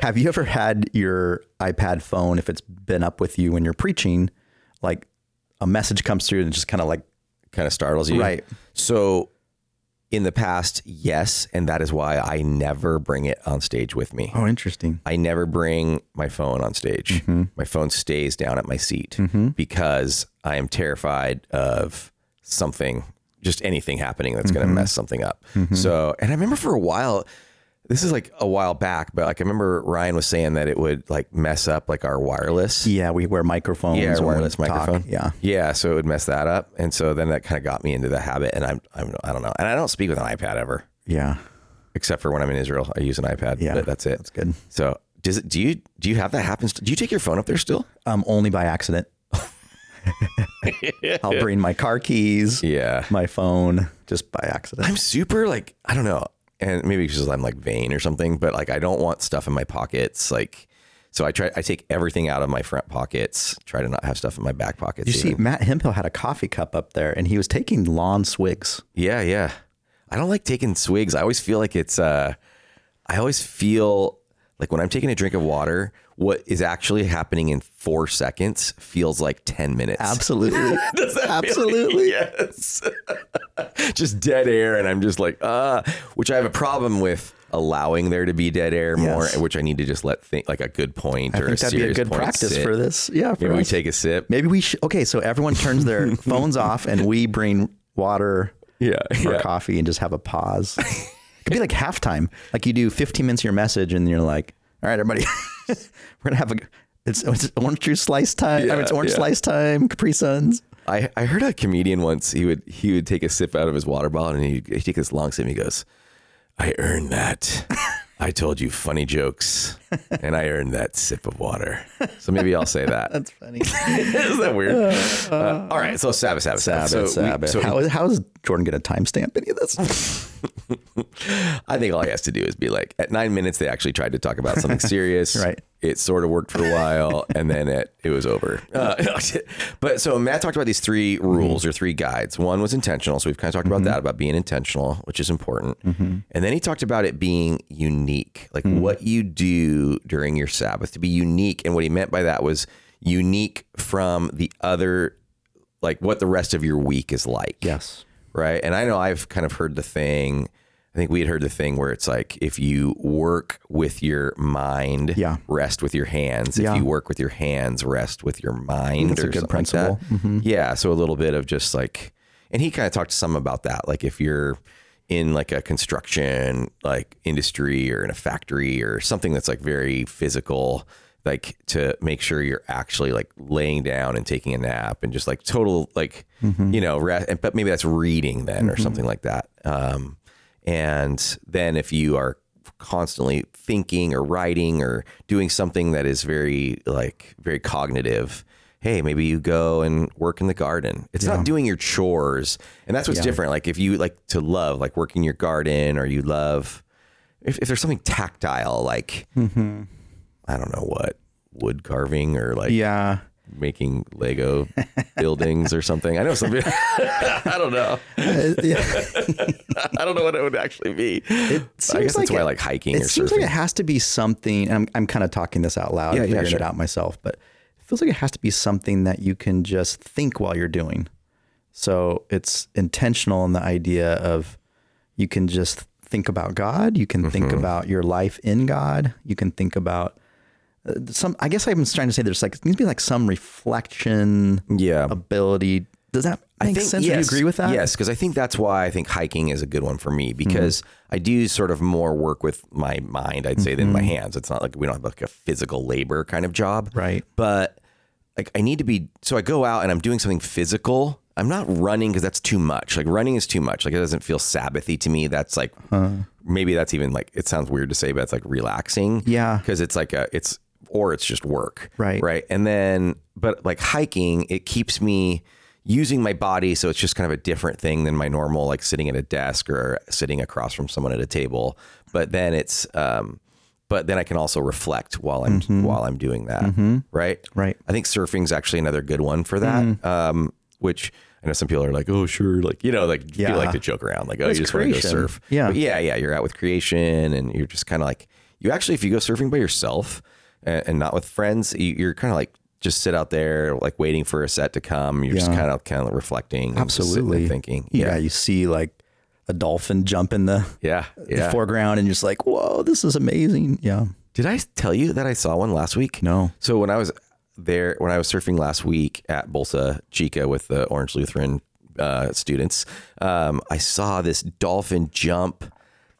[SPEAKER 3] Have you ever had your iPad phone, if it's been up with you when you're preaching, like a message comes through and just kind of like,
[SPEAKER 2] kind of startles you.
[SPEAKER 3] Right.
[SPEAKER 2] So in the past, yes, and that is why I never bring it on stage with me.
[SPEAKER 3] oh, interesting.
[SPEAKER 2] I never bring my phone on stage.
[SPEAKER 3] Mm-hmm.
[SPEAKER 2] My phone stays down at my seat because I am terrified of something, just anything happening that's
[SPEAKER 3] Mm-hmm.
[SPEAKER 2] going to mess something up. So, and I remember for a while, this is like a while back, but like I remember Ryan was saying that it would like mess up like our wireless.
[SPEAKER 3] Yeah, we wear microphones.
[SPEAKER 2] Yeah,
[SPEAKER 3] when we
[SPEAKER 2] wireless
[SPEAKER 3] talk.
[SPEAKER 2] microphone.
[SPEAKER 3] Yeah.
[SPEAKER 2] yeah. So it would mess that up, and so then that kind of got me into the habit. And I'm, I'm, I don't know. And I don't speak with an iPad ever,
[SPEAKER 3] Yeah.
[SPEAKER 2] except for when I'm in Israel. I use an iPad.
[SPEAKER 3] Yeah.
[SPEAKER 2] but that's it.
[SPEAKER 3] That's good.
[SPEAKER 2] So does it? Do you do you have that happen? st- Do you take your phone up there still?
[SPEAKER 3] Um, only by accident. I'll bring my car keys,
[SPEAKER 2] Yeah.
[SPEAKER 3] my phone, just by accident.
[SPEAKER 2] I'm super like I don't know, and maybe it's just I'm like vain or something, but like I don't want stuff in my pockets, like. So I try. I take everything out of my front pockets. Try to not have stuff in my back pockets.
[SPEAKER 3] You see,
[SPEAKER 2] even.
[SPEAKER 3] Matt Hempel had a coffee cup up there and he was taking lawn swigs.
[SPEAKER 2] Yeah, yeah. I don't like taking swigs. I always feel like it's uh I always feel like when I'm taking a drink of water, what is actually happening in 4 seconds feels like 10 minutes.
[SPEAKER 3] Absolutely. Absolutely.
[SPEAKER 2] Yes. just dead air and I'm just like, uh, which I have a problem with allowing there to be dead air more,
[SPEAKER 3] Yes.
[SPEAKER 2] which I need to just let think like a good point
[SPEAKER 3] I
[SPEAKER 2] or
[SPEAKER 3] think
[SPEAKER 2] a
[SPEAKER 3] that'd be a
[SPEAKER 2] serious
[SPEAKER 3] good
[SPEAKER 2] point
[SPEAKER 3] practice
[SPEAKER 2] sit.
[SPEAKER 3] for this. Yeah. For
[SPEAKER 2] Maybe we
[SPEAKER 3] us.
[SPEAKER 2] take a sip.
[SPEAKER 3] Maybe we should. Okay, so everyone turns their phones off, and we bring water
[SPEAKER 2] Yeah.
[SPEAKER 3] or
[SPEAKER 2] yeah.
[SPEAKER 3] coffee, and just have a pause. It could be like halftime. Like you do 15 minutes of your message, and you're like, "All right, everybody, we're gonna have a it's, it's orange juice slice time. I mean, it's
[SPEAKER 2] Yeah,
[SPEAKER 3] orange
[SPEAKER 2] yeah.
[SPEAKER 3] slice time. Capri Suns.
[SPEAKER 2] I, I heard a comedian once he would he would take a sip out of his water bottle and he'd, he'd take this long sip and he goes, I earned that. I told you funny jokes and I earned that sip of water. So maybe I'll say that.
[SPEAKER 3] That's funny.
[SPEAKER 2] Isn't that weird? Uh, all right. So Sabbath, Sabbath, Sabbath.
[SPEAKER 3] Sabbath,
[SPEAKER 2] So, we-
[SPEAKER 3] Sabbath.
[SPEAKER 2] so
[SPEAKER 3] how, is, how is Jordan gonna timestamp any of this?
[SPEAKER 2] I think all he has to do is be like, at nine minutes, they actually tried to talk about something serious.
[SPEAKER 3] Right.
[SPEAKER 2] It sort of worked for a while, and then it it was over. Uh, but so Matt talked about these three rules or three guides. One was intentional, so we've kind of talked about that about being intentional, which is important. And then he talked about it being unique, like what you do during your Sabbath to be unique. And what he meant by that was unique from the other, like what the rest of your week is like
[SPEAKER 3] Yes.
[SPEAKER 2] right? And I know I've kind of heard the thing. I think we had heard the thing where it's like if you work with your mind,
[SPEAKER 3] Yeah.
[SPEAKER 2] rest with your hands. If
[SPEAKER 3] Yeah.
[SPEAKER 2] you work with your hands, rest with your mind.
[SPEAKER 3] That's a
[SPEAKER 2] or
[SPEAKER 3] good Mm-hmm.
[SPEAKER 2] something like that. Yeah, so a little bit of just like, and he kind of talked to some about that. Like if you're in like a construction like industry or in a factory or something that's like very physical like to make sure you're actually like laying down and taking a nap and just like total like
[SPEAKER 3] Mm-hmm.
[SPEAKER 2] you know re- and- but maybe that's reading then or something like that um and then if you are constantly thinking or writing or doing something that is very like very cognitive hey maybe you go and work in the garden it's not doing your chores and that's what's different like if you like to love like working your garden or you love if, if there's something tactile like
[SPEAKER 3] Mm-hmm.
[SPEAKER 2] i don't know what wood carving or like
[SPEAKER 3] Yeah.
[SPEAKER 2] making lego buildings or something i know something i don't know
[SPEAKER 3] Uh, yeah.
[SPEAKER 2] i don't know what it would actually be But i
[SPEAKER 3] seems
[SPEAKER 2] guess that's
[SPEAKER 3] like
[SPEAKER 2] why i
[SPEAKER 3] it-
[SPEAKER 2] like hiking
[SPEAKER 3] it
[SPEAKER 2] or
[SPEAKER 3] seems
[SPEAKER 2] surfing
[SPEAKER 3] like it has to be something. I'm, I'm kind of talking this out loud,
[SPEAKER 2] Yeah, yeah,
[SPEAKER 3] yeah, figuring
[SPEAKER 2] sure.
[SPEAKER 3] it out myself, but it feels like it has to be something that you can just think while you're doing. So it's intentional in the idea of you can just think about God. You can think
[SPEAKER 2] Mm-hmm.
[SPEAKER 3] about your life in God. You can think about uh, some. I guess I'm trying to say there's like it needs to be like some reflection
[SPEAKER 2] yeah
[SPEAKER 3] ability. Does that make sense? Do you agree with that? Mm-hmm.
[SPEAKER 2] Yes, because I think that's why I think hiking is a good one for me because I do sort of more work with my mind, I'd say, than my
[SPEAKER 3] Mm-hmm.
[SPEAKER 2] hands. It's not like we don't have like a physical labor kind of job.
[SPEAKER 3] Right.
[SPEAKER 2] But like I need to be so I go out and I'm doing something physical. I'm not running because that's too much. Like running is too much. Like it doesn't feel Sabbathy to me. That's like maybe that's even like it sounds weird to say, but it's like relaxing.
[SPEAKER 3] Yeah.
[SPEAKER 2] Because it's like a it's or it's just work.
[SPEAKER 3] Right.
[SPEAKER 2] Right. And then, but like hiking, it keeps me using my body. So it's just kind of a different thing than my normal, like sitting at a desk or sitting across from someone at a table. But then it's, um, but then I can also reflect while I'm while I'm doing that, right?
[SPEAKER 3] Right.
[SPEAKER 2] I think surfing's actually another good one for that.
[SPEAKER 3] Mm.
[SPEAKER 2] Um, which I know some people are like, oh sure, like you know, like
[SPEAKER 3] Yeah.
[SPEAKER 2] people like to joke around, like oh, you just want to go
[SPEAKER 3] creation.
[SPEAKER 2] surf,
[SPEAKER 3] Yeah.
[SPEAKER 2] But yeah, yeah. You're out with creation, and you're just kind of like you actually, if you go surfing by yourself and, and not with friends, you, you're kind of like just sit out there, like waiting for a set to come. You're just
[SPEAKER 3] Yeah.
[SPEAKER 2] kind of kind of reflecting, and just sitting and
[SPEAKER 3] Absolutely.
[SPEAKER 2] thinking,
[SPEAKER 3] Yeah.
[SPEAKER 2] yeah,
[SPEAKER 3] You see like a dolphin jump in the
[SPEAKER 2] yeah, yeah.
[SPEAKER 3] the foreground and you're just like, whoa, this is amazing. Yeah.
[SPEAKER 2] Did I tell you that I saw one last week?
[SPEAKER 3] No.
[SPEAKER 2] So when I was there, when I was surfing last week at Bolsa Chica with the Orange Lutheran uh, students, um, I saw this dolphin jump.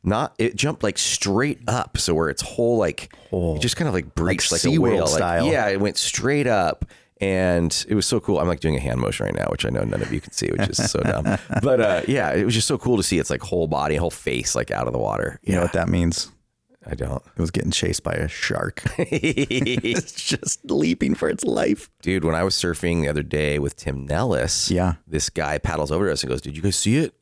[SPEAKER 2] Not it jumped like straight up, so where its whole like it just kind of like breached like, a
[SPEAKER 3] Oh. SeaWorld
[SPEAKER 2] whale like-
[SPEAKER 3] style.
[SPEAKER 2] yeah, it went straight up, and it was so cool. I'm like doing a hand motion right now, which I know none of you can see, which is so dumb. But uh, yeah, it was just so cool to see its like whole body, whole face like out of the water.
[SPEAKER 3] You know what that means?
[SPEAKER 2] I don't,
[SPEAKER 3] It was getting chased by a shark. it's just leaping for its life.
[SPEAKER 2] dude, when I was surfing the other day with Tim Nellis,
[SPEAKER 3] Yeah.
[SPEAKER 2] this guy paddles over to us and goes, "Did you guys see it?"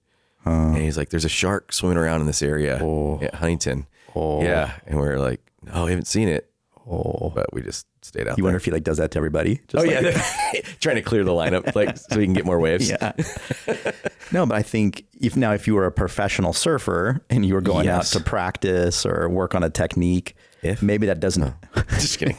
[SPEAKER 2] and he's like, "There's a shark swimming around in this area
[SPEAKER 3] Oh.
[SPEAKER 2] at Huntington." Yeah, and we are like, "No, we haven't seen it." Oh, but we just stayed out.
[SPEAKER 3] You
[SPEAKER 2] there.
[SPEAKER 3] wonder if he like does that to everybody. Just
[SPEAKER 2] Oh
[SPEAKER 3] like-
[SPEAKER 2] yeah, trying to clear the lineup like so we can get more waves.
[SPEAKER 3] Yeah. no, but I think if now if you were a professional surfer and you were going
[SPEAKER 2] Yes.
[SPEAKER 3] out to practice or work on a technique,
[SPEAKER 2] If?
[SPEAKER 3] maybe that doesn't
[SPEAKER 2] just kidding.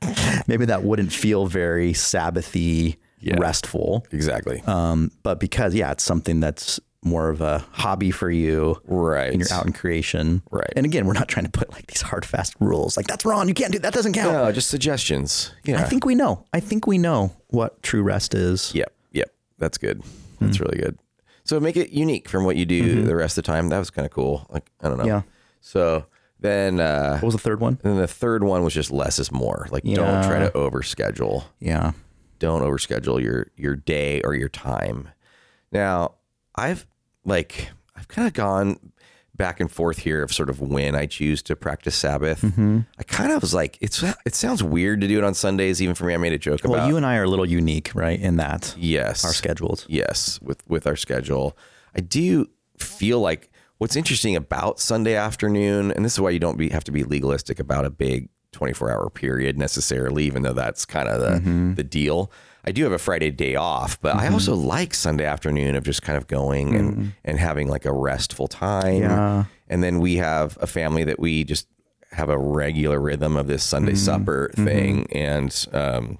[SPEAKER 3] maybe that wouldn't feel very Sabbathy restful.
[SPEAKER 2] Exactly.
[SPEAKER 3] Uh, Um, But because yeah, it's something that's more of a hobby for you.
[SPEAKER 2] right.
[SPEAKER 3] and you're out in creation.
[SPEAKER 2] Right.
[SPEAKER 3] And again, we're not trying to put like these hard, fast rules like that's wrong. You can't do that. Doesn't count.
[SPEAKER 2] No, just suggestions. Yeah.
[SPEAKER 3] I think we know. I think we know what true rest is.
[SPEAKER 2] Yep. Yep. That's good. That's
[SPEAKER 3] Hmm.
[SPEAKER 2] really good. So make it unique from what you do the rest of the time. That was kind of cool. Like, I don't know.
[SPEAKER 3] Mm-hmm. Yeah.
[SPEAKER 2] So then, uh,
[SPEAKER 3] What was the third one?
[SPEAKER 2] and then the third one was just less is more. Like, don't try to overschedule.
[SPEAKER 3] Yeah.
[SPEAKER 2] Don't overschedule your your day or your time. Now, I've like I've kind of gone back and forth here of sort of when I choose to practice Sabbath.
[SPEAKER 3] Mm-hmm.
[SPEAKER 2] I kind of was like, it's it sounds weird to do it on Sundays, even for me. I made a joke
[SPEAKER 3] Well,
[SPEAKER 2] about
[SPEAKER 3] you and I are a little unique, right? In that
[SPEAKER 2] yes
[SPEAKER 3] our schedules.
[SPEAKER 2] Yes, with with our schedule, I do feel like what's interesting about Sunday afternoon, and this is why you don't be, have to be legalistic about a big 24 hour period necessarily, even though that's kind of the, the deal. I do have a Friday day off, but I also like Sunday afternoon of just kind of going and, and having like a restful time.
[SPEAKER 3] Yeah.
[SPEAKER 2] And then we have a family that we just have a regular rhythm of this
[SPEAKER 3] Mm-hmm.
[SPEAKER 2] Sunday supper thing. And, um,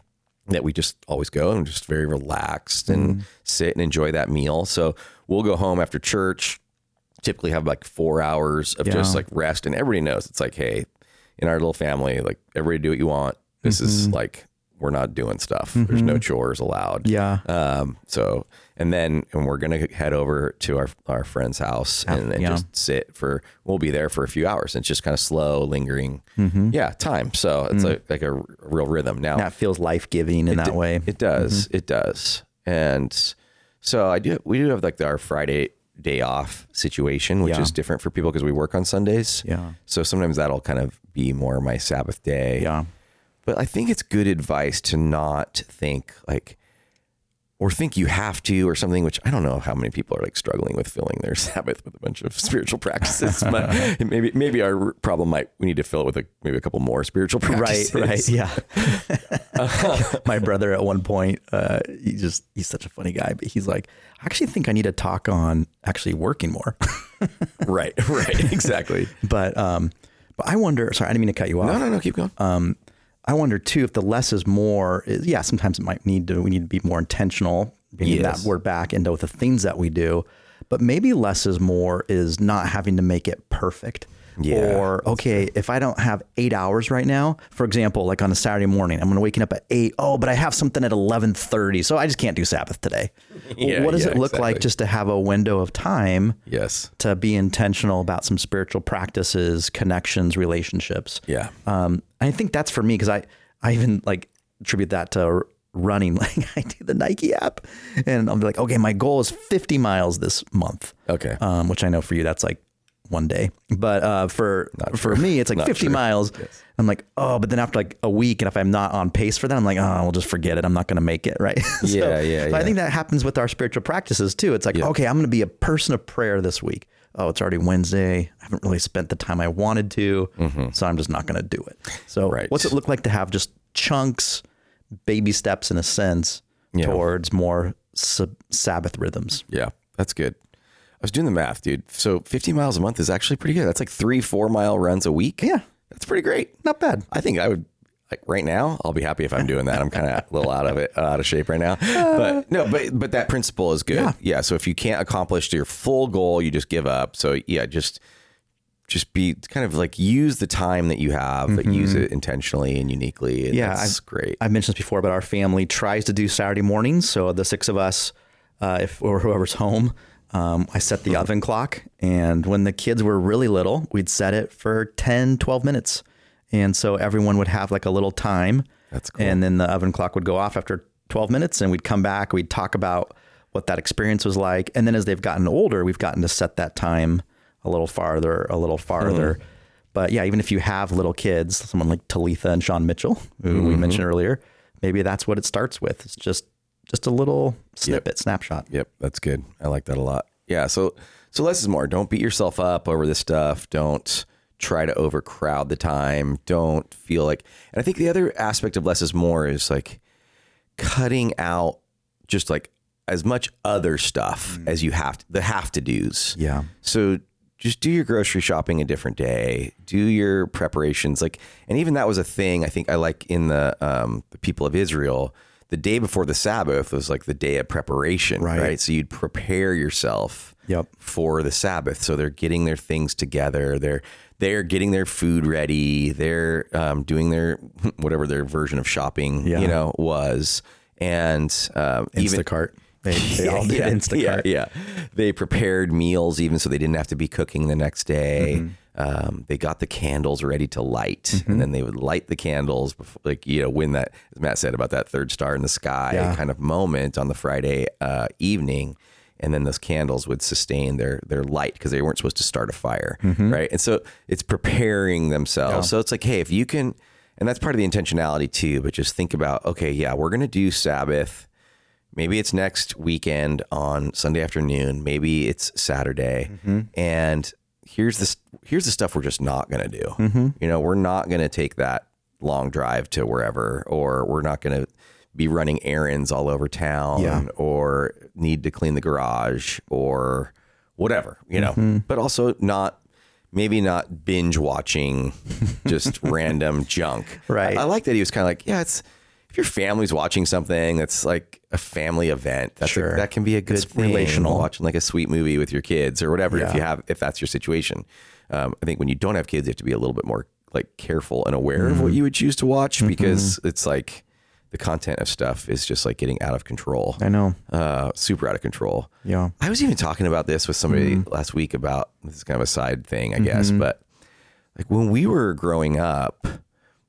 [SPEAKER 2] that we just always go and just very relaxed
[SPEAKER 3] Mm-hmm.
[SPEAKER 2] and sit and enjoy that meal. So we'll go home after church, typically have like four hours of just
[SPEAKER 3] Yeah.
[SPEAKER 2] like rest. And everybody knows it's like, hey, in our little family, like everybody do what you want. This is
[SPEAKER 3] Mm-hmm.
[SPEAKER 2] like, we're not doing stuff. There's no chores allowed.
[SPEAKER 3] Yeah.
[SPEAKER 2] Um, so, and then, and we're going to head over to our, our friend's house and, and
[SPEAKER 3] Ah, yeah.
[SPEAKER 2] just sit for, we'll be there for a few hours. It's just kind of slow lingering.
[SPEAKER 3] Mm-hmm.
[SPEAKER 2] Yeah. Time. So
[SPEAKER 3] Mm.
[SPEAKER 2] it's like, like a r- real rhythm now.
[SPEAKER 3] That feels life giving in that way.
[SPEAKER 2] It does.
[SPEAKER 3] Mm-hmm.
[SPEAKER 2] It does. And so I do. We do have like our Friday day off situation, which
[SPEAKER 3] Yeah.
[SPEAKER 2] is different for people because we work on Sundays.
[SPEAKER 3] Yeah.
[SPEAKER 2] So sometimes that'll kind of be more my Sabbath day.
[SPEAKER 3] Yeah.
[SPEAKER 2] But I think it's good advice to not think like, or think you have to, or something. Which I don't know how many people are like struggling with filling their Sabbath with a bunch of spiritual practices. but maybe maybe our problem might we need to fill it with a, maybe a couple more spiritual practices.
[SPEAKER 3] Right, right, yeah. My brother at one point, uh, he just he's such a funny guy, but he's like, I actually think I need to talk on actually working more.
[SPEAKER 2] right, right, exactly.
[SPEAKER 3] but um, but I wonder. Sorry, I didn't mean to cut you off.
[SPEAKER 2] No, no, no. Keep going.
[SPEAKER 3] I wonder too if the less is more is yeah, sometimes it might need to we need to be more intentional, bringing
[SPEAKER 2] Yes.
[SPEAKER 3] that word back into the things that we do. But maybe less is more is not having to make it perfect.
[SPEAKER 2] Yeah,
[SPEAKER 3] or okay, if I don't have eight hours right now, for example, like on a Saturday morning, I'm gonna waking up at eight. Oh, but I have something at eleven thirty, so I just can't do Sabbath today.
[SPEAKER 2] Yeah,
[SPEAKER 3] what does
[SPEAKER 2] yeah,
[SPEAKER 3] it look
[SPEAKER 2] exactly.
[SPEAKER 3] like just to have a window of time
[SPEAKER 2] yes.
[SPEAKER 3] to be intentional about some spiritual practices, connections, relationships?
[SPEAKER 2] Yeah.
[SPEAKER 3] Um, I think that's for me because I I even like attribute that to r- running. Like I do the Nike app, and I'll be like, okay, my goal is 50 miles this month.
[SPEAKER 2] Okay.
[SPEAKER 3] Um, which I know for you that's like one day, but uh, for for me it's like 50 miles. I'm like, oh, but then after like a week, and if I'm not on pace for that, I'm like, oh, we'll just forget it. I'm not going to make it, right? So-
[SPEAKER 2] Yeah, yeah,
[SPEAKER 3] But
[SPEAKER 2] yeah.
[SPEAKER 3] I think that happens with our spiritual practices too. It's like, okay, I'm going to be a person of prayer this week. Oh, it's already Wednesday. I haven't really spent the time I wanted to, so I'm just not going to do it. So,
[SPEAKER 2] Right.
[SPEAKER 3] what's it look like to have just chunks, baby steps, in a sense, towards more sub- Sabbath rhythms?
[SPEAKER 2] yeah. That's good. I was doing the math, dude. So 50 miles a month is actually pretty good. That's like three, four mile runs a week.
[SPEAKER 3] Yeah.
[SPEAKER 2] That's pretty great.
[SPEAKER 3] Not bad.
[SPEAKER 2] I think I would like right now. I'll be happy if I'm doing that. I'm kind of a little out of it, out of shape right now. But no, but but that principle is good. Yeah. So if you can't accomplish your full goal, you just give up. So yeah, just just be kind of like use the time that you have, but use it intentionally and uniquely. And
[SPEAKER 3] Mm-hmm. Yeah,
[SPEAKER 2] that's great.
[SPEAKER 3] I've mentioned this before, but our family tries to do Saturday mornings. So the six of us, uh, if or whoever's home, um, I set the oven clock. And when the kids were really little, we'd set it for 10, 12 minutes. And so everyone would have like a little time.
[SPEAKER 2] That's cool.
[SPEAKER 3] And then the oven clock would go off after 12 minutes and we'd come back, we'd talk about what that experience was like. And then as they've gotten older, we've gotten to set that time a little farther, a little farther. But yeah, even if you have little kids, someone like Talitha and Sean Mitchell, who we mentioned earlier, maybe that's what it starts with. It's just just a little snippet, snapshot.
[SPEAKER 2] Yep, that's good. I like that a lot. Yeah, so so less is more. Don't beat yourself up over this stuff. Don't try to overcrowd the time. Don't feel like and I think the other aspect of less is more is like cutting out just like as much other stuff as you have to, the have to do's.
[SPEAKER 3] Yeah.
[SPEAKER 2] So just do your grocery shopping a different day. Do your preparations like, and even that was a thing. I think I like in the um, the people of Israel. The day before the Sabbath was like the day of preparation, right?
[SPEAKER 3] Right.
[SPEAKER 2] So you'd prepare yourself
[SPEAKER 3] Yep.
[SPEAKER 2] for the Sabbath. So they're getting their things together. They're they're getting their food ready. They're um, doing their whatever their version of shopping,
[SPEAKER 3] Yeah.
[SPEAKER 2] you know, was. And um, even
[SPEAKER 3] Instacart. They, they all did Instacart.
[SPEAKER 2] yeah, yeah. They prepared meals even so they didn't have to be cooking the next day.
[SPEAKER 3] Mm-hmm.
[SPEAKER 2] Um, they got the candles ready to light, and then they would light the candles, before, like you know, when that, as Matt said about that third star in the sky
[SPEAKER 3] Yeah.
[SPEAKER 2] kind of moment on the Friday uh, evening, and then those candles would sustain their their light because they weren't supposed to start a fire,
[SPEAKER 3] Mm-hmm.
[SPEAKER 2] right? And so it's preparing themselves. So it's like, hey, if you can, and that's part of the intentionality too. But just think about, okay, yeah, we're gonna do Sabbath Maybe it's next weekend on Sunday afternoon. Maybe it's Saturday.
[SPEAKER 3] Mm-hmm.
[SPEAKER 2] And here's this here's the stuff we're just not going to do.
[SPEAKER 3] Mm-hmm.
[SPEAKER 2] You know, we're not going to take that long drive to wherever, or we're not going to be running errands all over town,
[SPEAKER 3] Yeah.
[SPEAKER 2] or need to clean the garage, or whatever. You know,
[SPEAKER 3] Mm-hmm.
[SPEAKER 2] but also not. Maybe not binge watching just random junk.
[SPEAKER 3] Right.
[SPEAKER 2] I, I like that he was kind of like, yeah, it's if your family's watching something that's like a family event, that's
[SPEAKER 3] Sure.
[SPEAKER 2] that can be a good
[SPEAKER 3] It's
[SPEAKER 2] thing.
[SPEAKER 3] relational.
[SPEAKER 2] Watching like a sweet movie with your kids or whatever, if
[SPEAKER 3] Yeah.
[SPEAKER 2] you have, if that's your situation. Um, I think when you don't have kids, you have to be a little bit more like careful and aware of
[SPEAKER 3] Mm-hmm.
[SPEAKER 2] what you would choose to watch because it's like the content of stuff is just like getting out of control.
[SPEAKER 3] I know.
[SPEAKER 2] Uh, super out of control.
[SPEAKER 3] Yeah. Mm-hmm.
[SPEAKER 2] I was even talking about this with somebody last week about this is kind of a side thing, I guess, but like when we were growing up,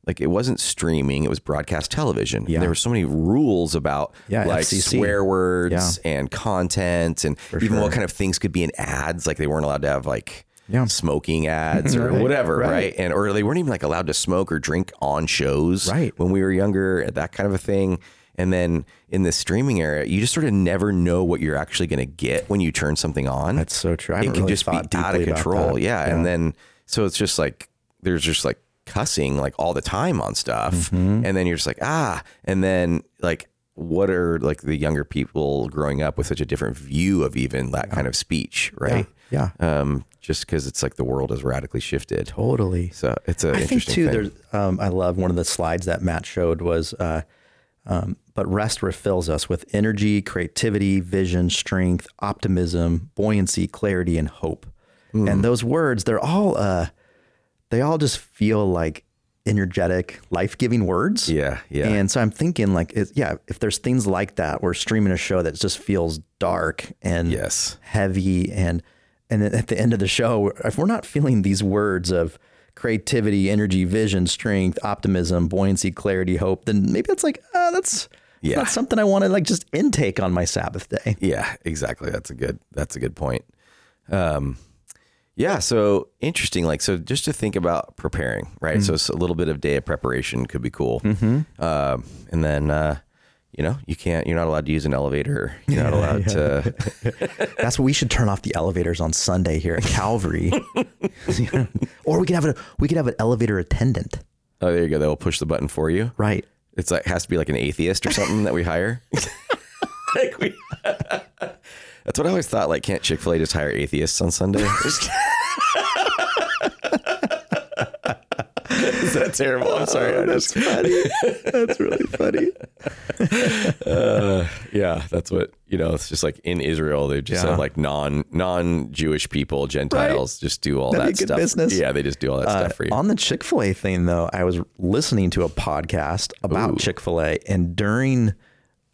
[SPEAKER 2] like it wasn't streaming, it was broadcast television.
[SPEAKER 3] Yeah.
[SPEAKER 2] And there were so many rules about
[SPEAKER 3] Yeah,
[SPEAKER 2] like
[SPEAKER 3] FCC.
[SPEAKER 2] swear words and content and even what kind of things could be in ads. Like they weren't allowed to have like
[SPEAKER 3] Yeah.
[SPEAKER 2] smoking ads or whatever, right.
[SPEAKER 3] right.
[SPEAKER 2] And or they weren't even like allowed to smoke or drink on shows
[SPEAKER 3] Right.
[SPEAKER 2] when we were younger, that kind of a thing. And then in the streaming era, you just sort of never know what you're actually going to get when you turn something on.
[SPEAKER 3] That's so true. I
[SPEAKER 2] it
[SPEAKER 3] haven't
[SPEAKER 2] can
[SPEAKER 3] really
[SPEAKER 2] just be
[SPEAKER 3] thought
[SPEAKER 2] out of
[SPEAKER 3] deeply about
[SPEAKER 2] control.
[SPEAKER 3] that.
[SPEAKER 2] Yeah. And then, so it's just like, there's just like cussing like all the time on stuff.
[SPEAKER 3] Mm-hmm.
[SPEAKER 2] And then you're just like, ah. And then, like, what are like the younger people growing up with such a different view of even that kind of speech, right?
[SPEAKER 3] Yeah.
[SPEAKER 2] Um, just because it's like the world has radically shifted.
[SPEAKER 3] Totally.
[SPEAKER 2] So it's a
[SPEAKER 3] I think
[SPEAKER 2] interesting
[SPEAKER 3] too.
[SPEAKER 2] thing.
[SPEAKER 3] There's. Um, I love one of the slides that Matt showed was. Uh, um, but rest refills us with energy, creativity, vision, strength, optimism, buoyancy, clarity, and hope.
[SPEAKER 2] Hmm.
[SPEAKER 3] And those words, they're all. Uh, they all just feel like energetic, life-giving words.
[SPEAKER 2] Yeah, yeah.
[SPEAKER 3] And so I'm thinking, like, it, yeah, if there's things like that, we're streaming a show that just feels dark and
[SPEAKER 2] Yes.
[SPEAKER 3] heavy and and then at the end of the show if we're not feeling these words of creativity energy vision strength optimism buoyancy clarity hope then maybe that's like uh, that's
[SPEAKER 2] Yeah.
[SPEAKER 3] not something i want to like just intake on my sabbath day
[SPEAKER 2] Yeah, exactly. That's a good that's a good point. Um yeah, so interesting. Like, so just to think about preparing, right? So it's a little bit of day of preparation could be cool. Um, and then, uh, you know, you can't, you're not allowed to use an elevator. You're not allowed to,
[SPEAKER 3] that's what we should turn off the elevators on sunday here at calvary or we could have a we could have an elevator attendant
[SPEAKER 2] oh, there you go. They'll push the button for you.
[SPEAKER 3] right
[SPEAKER 2] It's like, has to be like an atheist or something that we hire. like we, that's what I always thought. Like, can't Chick fil A just hire atheists on Sunday? Is that terrible? I'm sorry. I just-
[SPEAKER 3] Oh, funny that's really funny
[SPEAKER 2] yeah, that's what you know. It's just like in Israel, they just
[SPEAKER 3] Yeah.
[SPEAKER 2] have like non non Jewish people, Gentiles, just do all
[SPEAKER 3] That'd be
[SPEAKER 2] that
[SPEAKER 3] good
[SPEAKER 2] stuff.
[SPEAKER 3] business.
[SPEAKER 2] Yeah, they just do all that stuff for you.
[SPEAKER 3] Uh, On the Chick fil A thing, though, I was listening to a podcast about Chick fil A, and during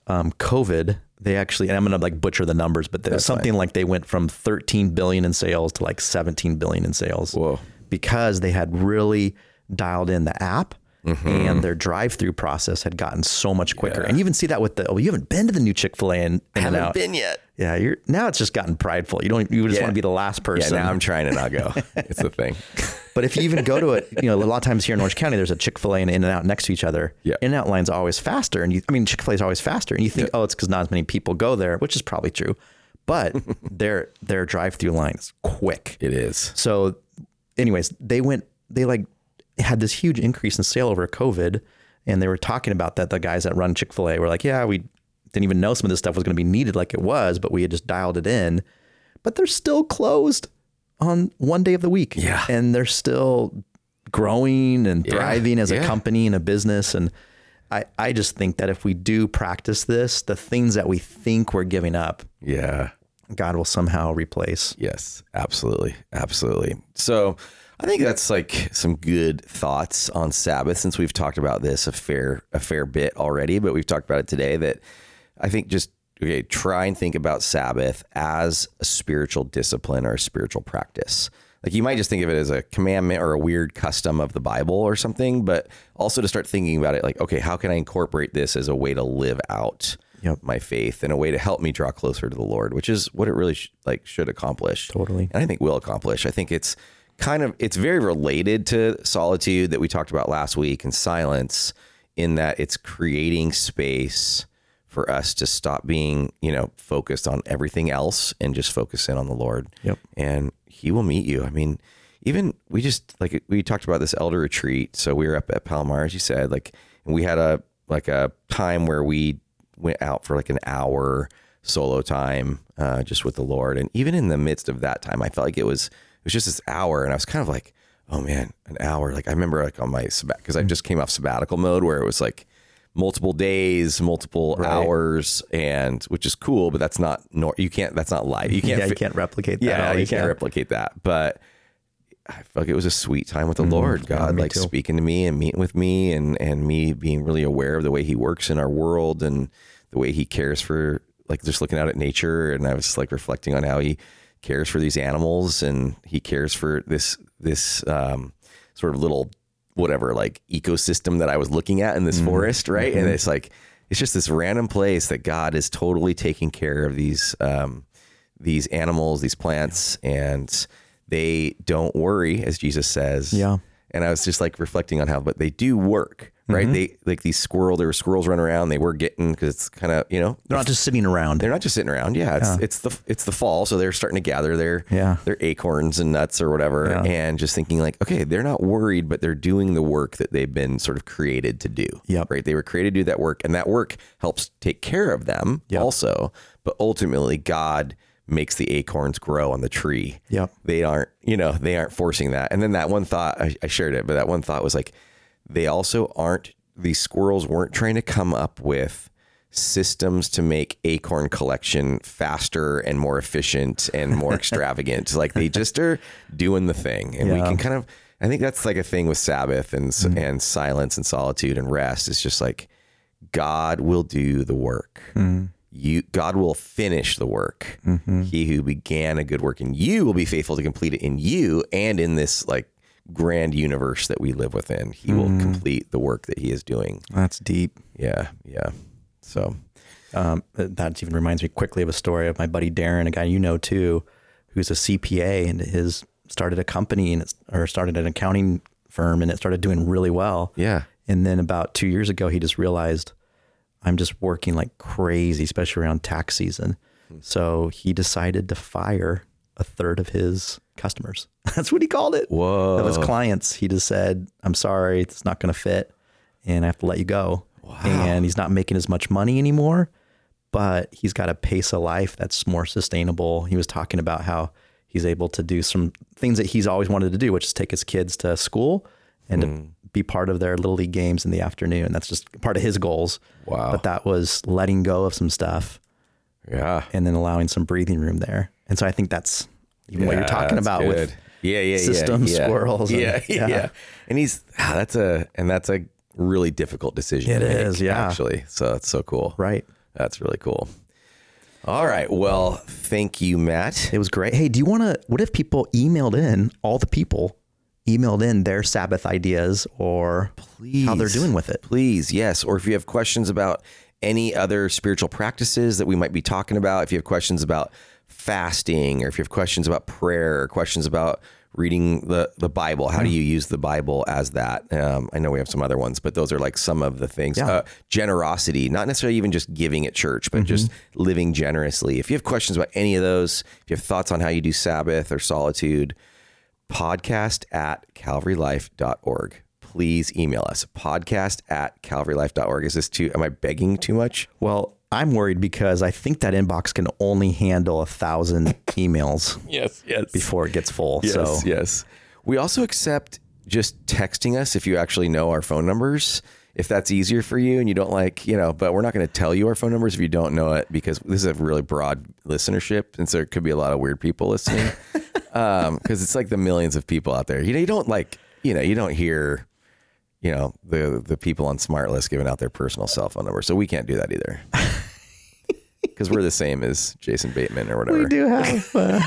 [SPEAKER 3] um, COVID, they actually, and I'm going to like butcher the numbers, but there's something like they went from 13 billion in sales to like 17 billion in sales.
[SPEAKER 2] Whoa.
[SPEAKER 3] Because they had really dialed in the app.
[SPEAKER 2] Mm-hmm.
[SPEAKER 3] And their drive-through process had gotten so much quicker, and you even see that with the oh, you haven't been to the new Chick Fil A in, in and out.
[SPEAKER 2] been yet.
[SPEAKER 3] Yeah, you're now it's just gotten prideful. You don't, you just
[SPEAKER 2] Yeah.
[SPEAKER 3] want to be the last
[SPEAKER 2] Yeah,
[SPEAKER 3] person.
[SPEAKER 2] now I'm trying to not go. it's the thing.
[SPEAKER 3] But if you even go to it, you know, a lot of times here in Orange County, there's a Chick fil A and an In N Out next to each other.
[SPEAKER 2] Yeah.
[SPEAKER 3] In N Out line's always faster. And you, I mean, Chick fil A is always faster. And you think, oh, it's because not as many people go there, which is probably true. But their their drive through line is quick.
[SPEAKER 2] It is.
[SPEAKER 3] So, anyways, they went, they like had this huge increase in sale over COVID. And they were talking about that. The guys that run Chick fil A were like, yeah, we didn't even know some of this stuff was going to be needed like it was, but we had just dialed it in. But they're still closed on one day of the week.
[SPEAKER 2] Yeah.
[SPEAKER 3] And they're still growing and thriving as
[SPEAKER 2] yeah.
[SPEAKER 3] a company and a business. And I, I just think that if we do practice this, the things that we think we're giving up,
[SPEAKER 2] Yeah.
[SPEAKER 3] God will somehow replace.
[SPEAKER 2] Yes, absolutely. Absolutely. So I think that's like some good thoughts on Sabbath since we've talked about this a fair a fair bit already, but we've talked about it today that I think just okay, try and think about Sabbath as a spiritual discipline or a spiritual practice. Like you might just think of it as a commandment or a weird custom of the Bible or something, but also to start thinking about it like, okay, how can I incorporate this as a way to live out
[SPEAKER 3] Yep.
[SPEAKER 2] my faith and a way to help me draw closer to the Lord, which is what it really sh- like should accomplish.
[SPEAKER 3] Totally.
[SPEAKER 2] And I think will accomplish. I think it's kind of it's very related to solitude that we talked about last week and silence in that it's creating space for us to stop being, you know, focused on everything else and just focus in on the Lord.
[SPEAKER 3] Yep.
[SPEAKER 2] And He will meet you. I mean, even we just like we talked about this elder retreat. So we were up at Palomar, as you said, like, and we had a like a time where we went out for like an hour solo time uh, just with the Lord. And even in the midst of that time, I felt like it was it was just this hour, and I was kind of like, oh man, an hour. Like I remember like on my sabbat because I just came off sabbatical mode where it was like multiple days, multiple hours, and which is cool, but that's not nor you can't that's not life. You can't
[SPEAKER 3] yeah,
[SPEAKER 2] fi-
[SPEAKER 3] you can't replicate that.
[SPEAKER 2] yeah, you
[SPEAKER 3] always,
[SPEAKER 2] can't replicate that. But I feel like it was a sweet time with the Lord, God,
[SPEAKER 3] me
[SPEAKER 2] like
[SPEAKER 3] too.
[SPEAKER 2] speaking to me and meeting with me, and and me being really aware of the way He works in our world and the way He cares for, like just looking out at nature, and I was like reflecting on how He cares for these animals and He cares for this this um, sort of little whatever like ecosystem that I was looking at in this forest, right? And it's like it's just this random place that God is totally taking care of these um, these animals, these plants, and they don't worry, as Jesus says.
[SPEAKER 3] Yeah.
[SPEAKER 2] And I was just like reflecting on how, but they do work, right?
[SPEAKER 3] Mm-hmm.
[SPEAKER 2] They like these squirrel. There were squirrels running around. They were getting because it's kind of you know
[SPEAKER 3] They're not just sitting around.
[SPEAKER 2] they're not just sitting around. Yeah, it's it's the it's the fall, so they're starting to gather their
[SPEAKER 3] Yeah.
[SPEAKER 2] their acorns and nuts or whatever, and just thinking like, okay, they're not worried, but they're doing the work that they've been sort of created to do.
[SPEAKER 3] Yep.
[SPEAKER 2] right. They were created to do that work, and that work helps take care of them also. But ultimately, God makes the acorns grow on the tree.
[SPEAKER 3] Yep.
[SPEAKER 2] they aren't you know they aren't forcing that. And then that one thought I, I shared it, but that one thought was like, they also aren't these squirrels weren't trying to come up with systems to make acorn collection faster and more efficient and more extravagant like they just are doing the thing and we
[SPEAKER 3] Yeah.
[SPEAKER 2] can kind of i think that's like a thing with sabbath and s and silence and solitude and rest it's just like god will do the work you god will finish the work
[SPEAKER 3] Mm-hmm.
[SPEAKER 2] he who began a good work in you will be faithful to complete it in you and in this like grand universe that we live within he will
[SPEAKER 3] Mm-hmm.
[SPEAKER 2] complete the work that he is doing
[SPEAKER 3] That's deep.
[SPEAKER 2] yeah, yeah. So
[SPEAKER 3] Um, th- that even reminds me quickly of a story of my buddy Darren, a guy you know too, who's a CPA and his started a company and it's, or started an accounting firm and it started doing really well.
[SPEAKER 2] yeah,
[SPEAKER 3] And then about two years ago, he just realized I'm just working like crazy, especially around tax season. So he decided to fire a third of his customers. That's what he called it.
[SPEAKER 2] Whoa.
[SPEAKER 3] Of his clients. He just said, I'm sorry, it's not going to fit. And I have to let you go. And he's not making as much money anymore, but he's got a pace of life that's more sustainable. He was talking about how he's able to do some things that he's always wanted to do, which is take his kids to school and
[SPEAKER 2] Hmm.
[SPEAKER 3] to be part of their little league games in the afternoon. That's just part of his goals.
[SPEAKER 2] Wow.
[SPEAKER 3] But that was letting go of some stuff
[SPEAKER 2] yeah.
[SPEAKER 3] and then allowing some breathing room there. And so I think that's even what you're talking
[SPEAKER 2] that's
[SPEAKER 3] about with
[SPEAKER 2] good. yeah, yeah, yeah,
[SPEAKER 3] system
[SPEAKER 2] yeah.
[SPEAKER 3] squirrels and-
[SPEAKER 2] yeah, yeah, yeah. And he's ah, that's a and that's a really difficult decision.
[SPEAKER 3] It
[SPEAKER 2] to make,
[SPEAKER 3] is, yeah.
[SPEAKER 2] Actually, so that's so cool.
[SPEAKER 3] right.
[SPEAKER 2] That's really cool. All right. Well, thank you, Matt.
[SPEAKER 3] It was great. Hey, do you want to? What if people emailed in all the people emailed in their Sabbath ideas or how they're
[SPEAKER 2] Please.
[SPEAKER 3] doing with it?
[SPEAKER 2] Please, yes. Or if you have questions about any other spiritual practices that we might be talking about, if you have questions about fasting, or if you have questions about prayer, or questions about reading the, the Bible, how do you use the Bible as that? Um, I know we have some other ones, but those are like some of the things. Uh, generosity, not necessarily even just giving at church, but just living generously. If you have questions about any of those, if you have thoughts on how you do Sabbath or solitude, podcast at calvarylife.org. Please email us podcast at calvarylife.org. Is this too, am I begging too much?
[SPEAKER 3] Well, I'm worried because I think that inbox can only handle a thousand emails
[SPEAKER 2] Yes, yes.
[SPEAKER 3] before it gets full. so
[SPEAKER 2] yes. We also accept just texting us if you actually know our phone numbers. If that's easier for you and you don't like, you know, but we're not going to tell you our phone numbers if you don't know it because this is a really broad listenership. And so it could be a lot of weird people listening because it's like the millions of people out there. You know, you don't like, you know, you don't hear, you know, the, the people on smart list giving out their personal cell phone number. So we can't do that either because we're the same as Jason Bateman or whatever.
[SPEAKER 3] do have. uh,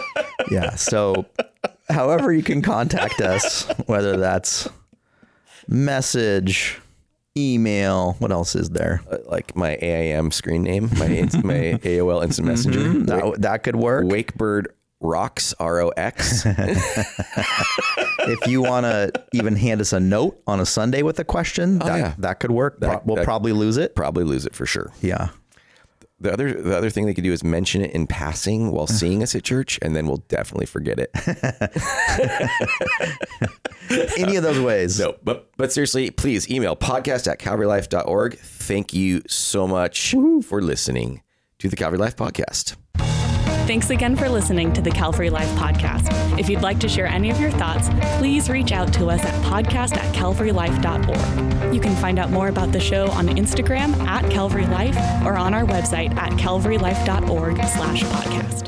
[SPEAKER 3] yeah. So, however, you can contact us, whether that's message, email, what else is there?
[SPEAKER 2] uh, like my AIM screen name, my ins- my AOL Instant Messenger,
[SPEAKER 3] That, that could work.
[SPEAKER 2] Wakebird rocks R O X.
[SPEAKER 3] if you want to even hand us a note on a Sunday with a question, that,
[SPEAKER 2] Oh, yeah.
[SPEAKER 3] that could work. Pro-
[SPEAKER 2] That-
[SPEAKER 3] we'll
[SPEAKER 2] that-
[SPEAKER 3] probably lose it.
[SPEAKER 2] Probably lose it for sure.
[SPEAKER 3] yeah.
[SPEAKER 2] The other the other thing they could do is mention it in passing while seeing us at church, and then we'll definitely forget it.
[SPEAKER 3] Any of those ways.
[SPEAKER 2] No, but but seriously, please email podcast at calvarylife.org. Thank you so much for listening to the Calvary Life Podcast.
[SPEAKER 1] Thanks again for listening to the Calvary Life Podcast. If you'd like to share any of your thoughts, please reach out to us at podcast at calvarylife.org. You can find out more about the show on Instagram at Calvary Life or on our website at calvarylife.org slash podcast.